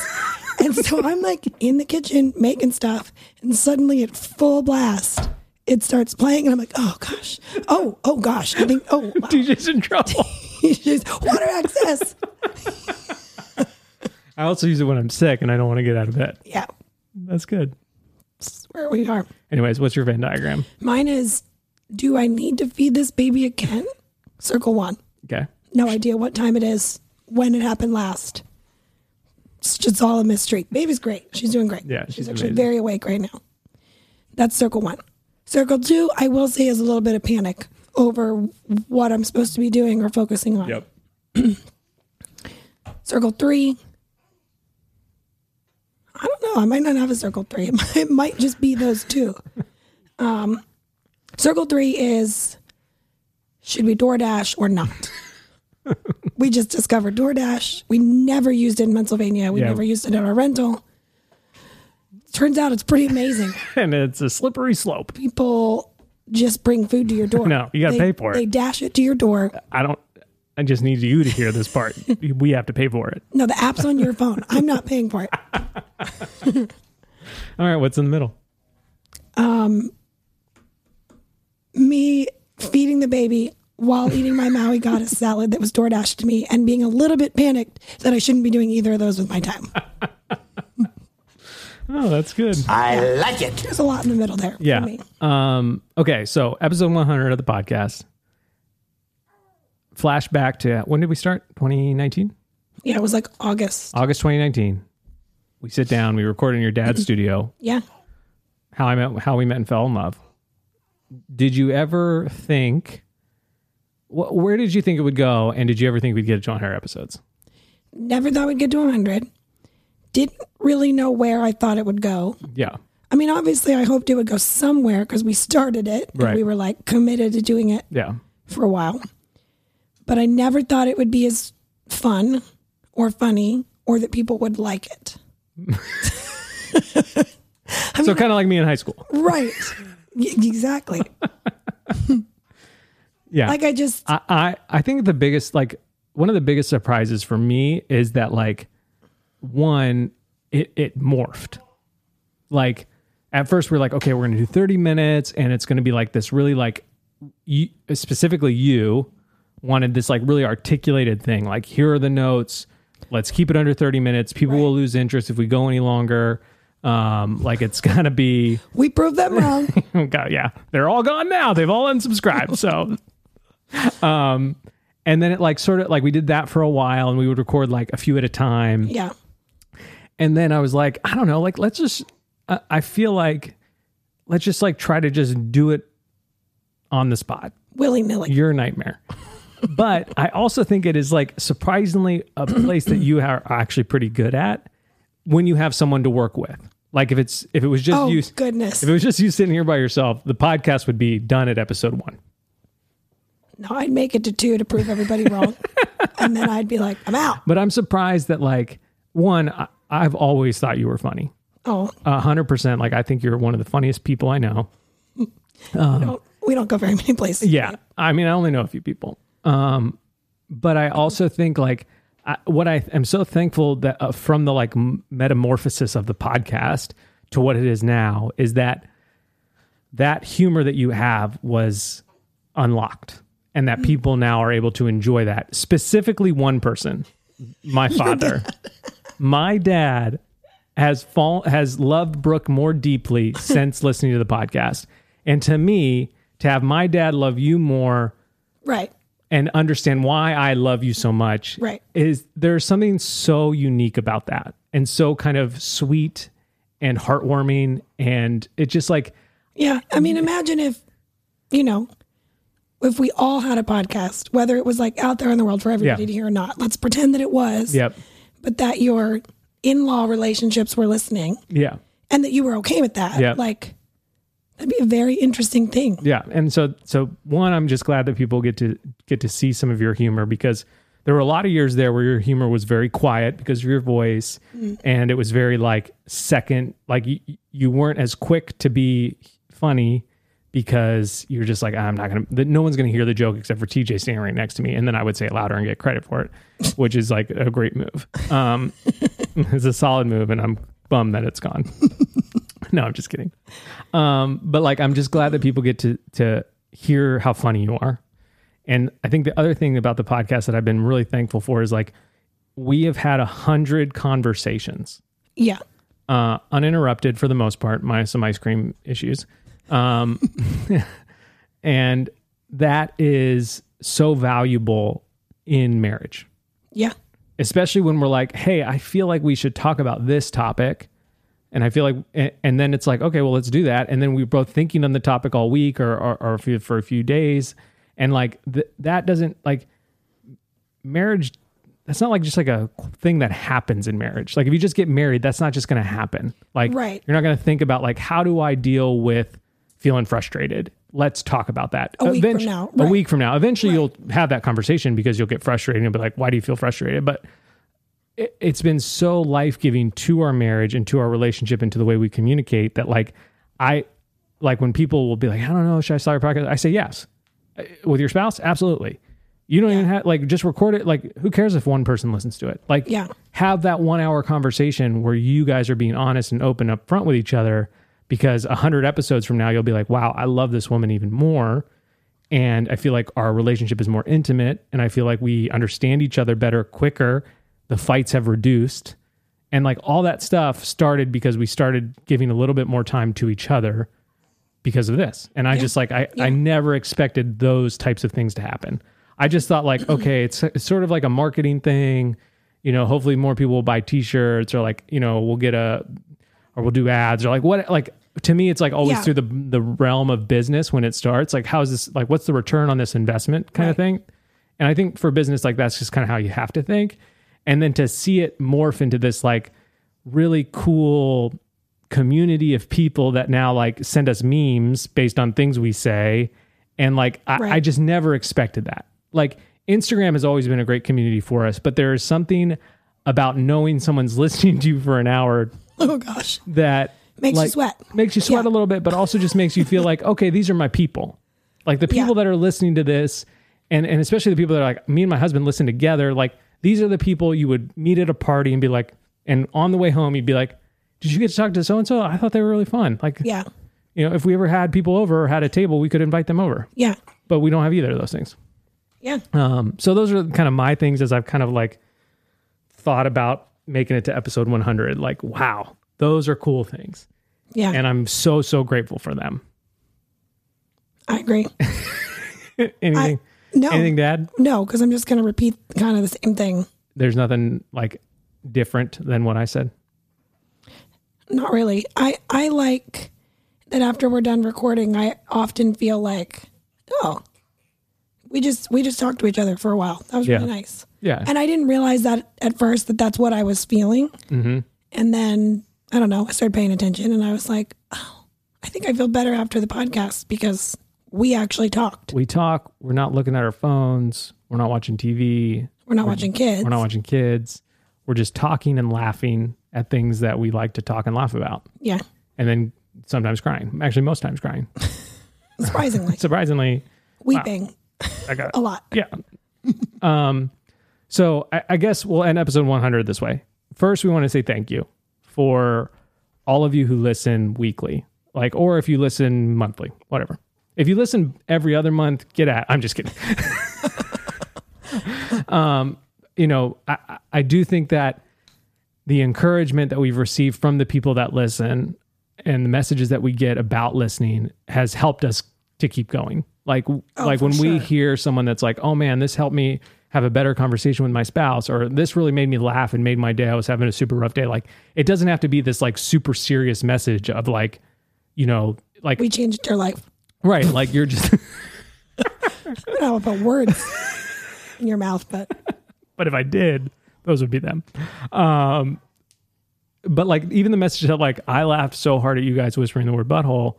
Speaker 2: and so I'm like in the kitchen making stuff, and suddenly at full blast it starts playing, and I'm like, oh gosh, oh oh gosh, I think oh wow.
Speaker 1: DJ's in trouble.
Speaker 2: Just water access.
Speaker 1: I also use it when I'm sick and I don't want to get out of bed.
Speaker 2: Yeah,
Speaker 1: That's good.
Speaker 2: that's where we are.
Speaker 1: Anyways, what's your Venn diagram?
Speaker 2: Mine is, do I need to feed this baby again? Circle one.
Speaker 1: Okay.
Speaker 2: No idea what time it is, when it happened last. It's just all a mystery. Baby's great. She's doing great.
Speaker 1: Yeah,
Speaker 2: she's,
Speaker 1: she's
Speaker 2: actually
Speaker 1: amazing.
Speaker 2: very awake right now. That's circle one. Circle two, I will say, is a little bit of panic over what I'm supposed to be doing or focusing on. Circle three, I don't know. I might not have a circle three. It might, it might just be those two. Um, circle three is should we DoorDash or not? we just discovered DoorDash. We never used it in Pennsylvania. We
Speaker 1: Yeah.
Speaker 2: never used it in our rental. Turns out it's pretty amazing.
Speaker 1: And it's a slippery slope.
Speaker 2: People just bring food to your door.
Speaker 1: No, you gotta
Speaker 2: They-
Speaker 1: pay for it.
Speaker 2: They dash it to your door.
Speaker 1: I don't I just need you to hear this part. we have to pay for it.
Speaker 2: No, the app's on your phone. I'm not paying for it.
Speaker 1: All right, what's in the middle?
Speaker 2: me feeding the baby while eating my Maui goddess salad that was DoorDashed to me and being a little bit panicked that I shouldn't be doing either of those with my time.
Speaker 1: Oh, that's good.
Speaker 3: I like it.
Speaker 2: There's a lot in the middle there. for
Speaker 1: Yeah.
Speaker 2: me.
Speaker 1: Um, okay, so episode 100 of the podcast. Flashback to when did we start? 2019?
Speaker 2: Yeah, it was like August.
Speaker 1: August 2019. We sit down, we record in your dad's studio.
Speaker 2: Yeah.
Speaker 1: how I met, how we met and fell in love. Did you ever think? Wh- where did you think it would go, and did you ever think we'd get John Hare episodes?
Speaker 2: Never thought we'd get to 100. Didn't really know where I thought it would go.
Speaker 1: Yeah,
Speaker 2: I mean, obviously, I hoped it would go somewhere because we started it. and
Speaker 1: Right.
Speaker 2: we were like committed to doing it
Speaker 1: yeah,
Speaker 2: for a while. But I never thought it would be as fun or funny or that people would like it.
Speaker 1: so kind of like me in high school.
Speaker 2: Right. Y- exactly.
Speaker 1: Yeah,
Speaker 2: Like I just
Speaker 1: I, I I think the biggest like one of the biggest surprises for me is that like one it it morphed. Like at first we're like okay we're going to do 30 minutes and it's going to be like this really like you, specifically you wanted this like really articulated thing like here are the notes let's keep it under 30 minutes people will lose interest if we go any longer um like it's got to be
Speaker 2: we proved them wrong.
Speaker 1: God, yeah, they're all gone now. They've all unsubscribed. So, um, and then it like sort of like we did that for a while, and we would record like a few at a time.
Speaker 2: yeah.
Speaker 1: And then I was like, I don't know, like let's just. I, I feel like let's just like try to just do it on the spot
Speaker 2: Willy nilly.
Speaker 1: your nightmare. but I also think it is like surprisingly a place that you are actually pretty good at when you have someone to work with. Like if it's if it was just
Speaker 2: Oh
Speaker 1: you
Speaker 2: goodness.
Speaker 1: if it was just you sitting here by yourself, the podcast would be done at episode one.
Speaker 2: No, I'd make it to two to prove everybody wrong. and then I'd be like, I'm out.
Speaker 1: But I'm surprised that like one, I, I've always thought you were funny,
Speaker 2: Oh,
Speaker 1: a hundred percent. Like I think you're one of the funniest people I know.
Speaker 2: no, we don't go very many places.
Speaker 1: Uh-huh. Yeah. I mean, I only know a few people. Um, but I also think like I, what I am so thankful that uh, from the like m- metamorphosis of the podcast to what it is now is that that humor that you have was unlocked and that people now are able to enjoy that specifically one person my father my dad has fall has loved Brooke more deeply since listening to the podcast. And to me, to have my dad love you more
Speaker 2: Right.
Speaker 1: and understand why I love you so much
Speaker 2: Right.
Speaker 1: is there's something so unique about that and so kind of sweet and heartwarming and it just like
Speaker 2: Yeah. I mean, imagine if, you know, if we all had a podcast, whether it was like out there in the world for everybody
Speaker 1: Yeah.
Speaker 2: to hear or not, let's pretend that it was,
Speaker 1: yep
Speaker 2: but that your in law relationships were listening
Speaker 1: yeah
Speaker 2: and that you were okay with that.
Speaker 1: Yeah.
Speaker 2: Like, that'd be a very interesting thing.
Speaker 1: yeah and so so one i'm just glad that people get to get to see some of your humor because there were a lot of years there where your humor was very quiet because of your voice and it was very like second like you, you weren't as quick to be funny because you're just like i'm not gonna that no one's gonna hear the joke except for tj standing right next to me and then i would say it louder and get credit for it which is like a great move um it's a solid move and i'm bummed that it's gone no, I'm just kidding. Um, but like, I'm just glad that people get to to hear how funny you are. And I think the other thing about the podcast that I've been really thankful for is like, we have had a hundred conversations,
Speaker 2: Yeah.
Speaker 1: uh, uninterrupted for the most part, minus some ice cream issues. Um, and that is so valuable in marriage
Speaker 2: Yeah.
Speaker 1: especially when we're like, hey, I feel like we should talk about this topic. And I feel like, and- and then it's like, okay, well, let's do that. And then we're both thinking on the topic all week or, or, or a few- for a few days. And like th- that doesn't like marriage, that's not like just like a thing that happens in marriage. Like if you just get married, that's not just going to happen. Like
Speaker 2: Right.
Speaker 1: you're not going to think about like, how do I deal with feeling frustrated? Let's talk about that.
Speaker 2: A week from
Speaker 1: Eventu-
Speaker 2: now,
Speaker 1: A
Speaker 2: right.
Speaker 1: week from now. Eventually you'll have that conversation because you'll get frustrated and you'll be like, why do you feel frustrated? But it, it's been so life giving to our marriage and to our relationship and to the way we communicate that like I like when people will be like, I don't know, should I start a podcast? I say yes. Uh, With your spouse, absolutely. You don't even have like just record it. Like, who cares if one person listens to it? Like,
Speaker 2: Yeah.
Speaker 1: have that one hour conversation where you guys are being honest and open up front with each other because a hundred episodes from now you'll be like, Wow, I love this woman even more and I feel like our relationship is more intimate and I feel like we understand each other better quicker. The fights have reduced and like all that stuff started because we started giving a little bit more time to each other because of this. And I just like I I never expected those types of things to happen. I just thought like okay, it's, it's sort of like a marketing thing, you know, hopefully more people will buy t-shirts or like, you know, we'll get a or we'll do ads or like what like to me it's like always
Speaker 2: Yeah.
Speaker 1: through the the realm of business when it starts like how is this like what's the return on this investment kind of thing and i think for business like that's just kind of how you have to think and then to see it morph into this like really cool community of people that now like send us memes based on things we say and like I, I
Speaker 2: Right.
Speaker 1: just never expected that like instagram has always been a great community for us but there is something about knowing someone's listening to you for an hour
Speaker 2: Oh gosh.
Speaker 1: that
Speaker 2: Makes you
Speaker 1: like,
Speaker 2: sweat.
Speaker 1: makes you sweat
Speaker 2: Yeah.
Speaker 1: a little bit, but also just makes you feel like, okay, these are my people, like the people that are listening to this, and and especially the people that are like me and my husband listen together. Like these are the people you would meet at a party and be like, and on the way home you'd be like, did you get to talk to so and so? I thought they were really fun. Like,
Speaker 2: Yeah.
Speaker 1: you know, if we ever had people over or had a table, we could invite them over,
Speaker 2: Yeah.
Speaker 1: but we don't have either of those things.
Speaker 2: Yeah.
Speaker 1: Um, so those are kind of my things as I've kind of like thought about making it to episode 100. Like, wow, those are cool things
Speaker 2: Yeah.
Speaker 1: and I'm so so grateful for them.
Speaker 2: I agree.
Speaker 1: Anything,
Speaker 2: No.
Speaker 1: anything, Dad?
Speaker 2: No, because I'm just going to repeat kind of the same thing.
Speaker 1: There's nothing like different than what I said.
Speaker 2: Not really. I I like that after we're done recording, I often feel like, oh, we just we just talked to each other for a while. That was
Speaker 1: Yeah.
Speaker 2: really nice.
Speaker 1: Yeah,
Speaker 2: And I didn't realize that at first that that's what I was feeling. Mm-hmm. And then I don't know. I started paying attention, and I was like, oh, I think I feel better after the podcast because we actually talked.
Speaker 1: we talk. We're not looking at our phones. We're not watching TV.
Speaker 2: We're not watching kids.
Speaker 1: We're not watching kids. We're just talking and laughing at things that we like to talk and laugh about,
Speaker 2: yeah,
Speaker 1: and then sometimes crying. Actually, most times crying.
Speaker 2: surprisingly,
Speaker 1: Surprisingly,
Speaker 2: weeping
Speaker 1: I got
Speaker 2: a lot.
Speaker 1: yeah. Um, so I, I guess we'll end episode 100 this way. First, we want to say thank you for all of you who listen weekly, like, or if you listen monthly, whatever. If you listen every other month, get at. I'm just kidding. um, you know, I, I- I do think that the encouragement that we've received from the people that listen and the messages that we get about listening has helped us to keep going. Like like
Speaker 2: Oh, for
Speaker 1: when we
Speaker 2: sure.
Speaker 1: hear someone that's like, "Oh man, this helped me have a better conversation with my spouse," or "This really made me laugh and made my day. I was having a super rough day." Like it doesn't have to be this like super serious message of like, you know, like
Speaker 2: We changed your life.
Speaker 1: right, like you're just.
Speaker 2: I don't know about words in your mouth, but
Speaker 1: but if I did, those would be them. Um, but like even the message that like I laughed so hard at you guys whispering the word butthole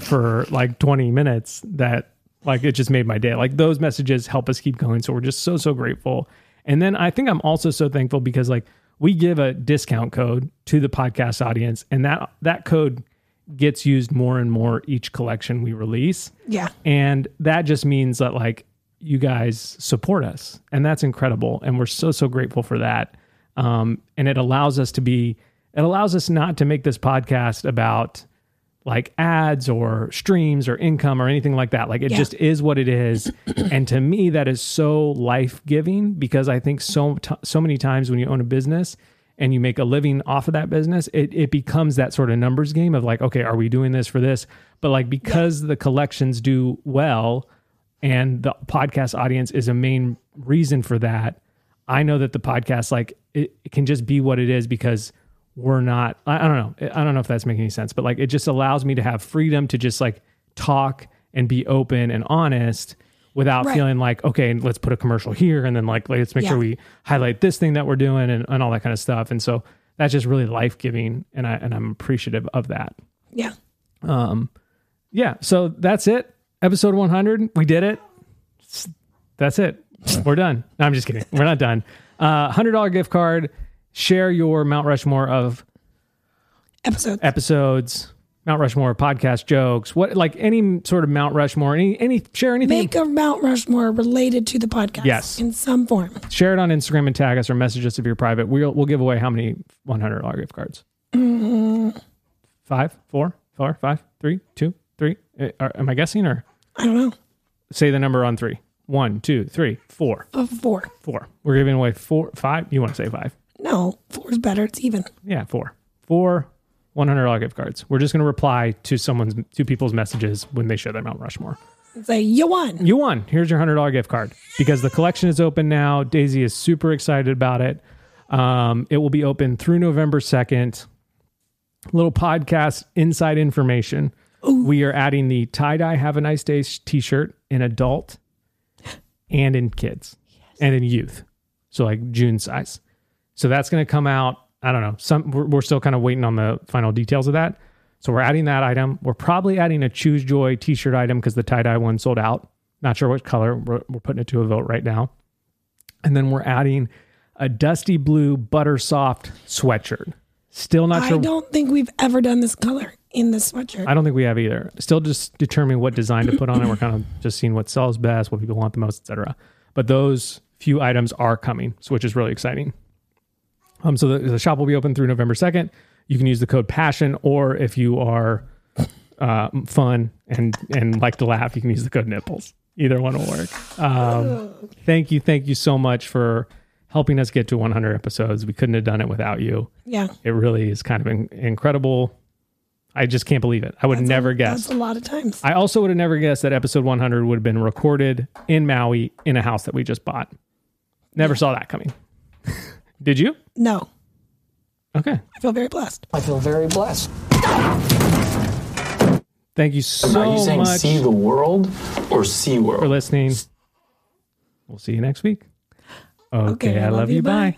Speaker 1: for like 20 minutes that like it just made my day. Like those messages help us keep going. So we're just so so grateful. And then I think I'm also so thankful because like we give a discount code to the podcast audience, and that that code gets used more and more each collection we release.
Speaker 2: yeah.
Speaker 1: And that just means that like you guys support us. And that's incredible. And we're so, so grateful for that. Um, and it allows us to be It allows us not to make this podcast about like ads or streams or income or anything like that. Like it
Speaker 2: Yeah.
Speaker 1: just is what it is. and to me, that is so life giving because I think so t- so many times when you own a business and you make a living off of that business, it, it becomes that sort of numbers game of like, okay, are we doing this for this? But like because the collections do well and the podcast audience is a main reason for that, I know that the podcast like it, it can just be what it is because we're not I, I don't know I don't know if that's making any sense but like it just allows me to have freedom to just like talk and be open and honest without
Speaker 2: Right.
Speaker 1: feeling like okay let's put a commercial here and then like let's make sure
Speaker 2: Yeah.
Speaker 1: we highlight this thing that we're doing and, and all that kind of stuff and so that's just really life-giving and I and I'm appreciative of that
Speaker 2: Yeah.
Speaker 1: yeah so that's it episode 100 we did it S- that's it we're done no, i'm just kidding we're not done uh $100 gift card share your mount rushmore of
Speaker 2: Episode.
Speaker 1: episodes mount rushmore podcast jokes what like any sort of mount rushmore any any share anything
Speaker 2: Make a Mount Rushmore related to the podcast.
Speaker 1: Yes.
Speaker 2: In some form.
Speaker 1: share it on instagram and tag us or message us if you're private we'll we'll give away how many $100 gift cards five four four five three two three Uh, are- am i guessing or
Speaker 2: I don't know.
Speaker 1: say the number on three one two three four
Speaker 2: Of four.
Speaker 1: Four. We're giving away four, five. You want to say five?
Speaker 2: No, four is better. It's even.
Speaker 1: Yeah, four. Four $100 gift cards. We're just going to reply to someone's, to people's messages when they share their Mount Rushmore.
Speaker 2: Say, you won.
Speaker 1: You won. Here's your $100 gift card because the collection is open now. Daisy is super excited about it. Um, it will be open through November 2nd. Little podcast inside information. We are adding the tie dye Have a Nice Day t shirt in adult and in kids and in youth. So, like June size. So that's going to come out. I don't know. Some we're, we're still kind of waiting on the final details of that. So we're adding that item. We're probably adding a Choose Joy T-shirt item because the tie dye one sold out. Not sure what color. We're, we're putting it to a vote right now. And then we're adding a dusty blue butter soft sweatshirt. Still not
Speaker 2: I
Speaker 1: sure.
Speaker 2: don't think we've ever done this color in this sweatshirt.
Speaker 1: I don't think we have either. Still just determining what design to put on it. We're kind of just seeing what sells best, what people want the most, etc. But those few items are coming, so which is really exciting. Um, so the, the shop will be open through November second. You can use the code Passion, or if you are uh, fun and and like to laugh, you can use the code Nipples. Either one will work. Um, thank you, thank you so much for helping us get to 100 episodes. We couldn't have done it without you
Speaker 2: yeah.
Speaker 1: it really is kind of in- incredible. I just can't believe it. I would
Speaker 2: That's a-
Speaker 1: never
Speaker 2: That's
Speaker 1: guess.
Speaker 2: a lot of times.
Speaker 1: I also would have never guessed that episode 100 would have been recorded in Maui in a house that we just bought. Never saw that coming. Did you?
Speaker 2: No,
Speaker 1: Okay.
Speaker 2: I feel very blessed.
Speaker 5: I feel very blessed.
Speaker 1: Thank you so
Speaker 6: Are you saying
Speaker 1: much
Speaker 6: see the world or Sea World?
Speaker 1: for listening. We'll see you next week. Okay, I, love, you. Bye.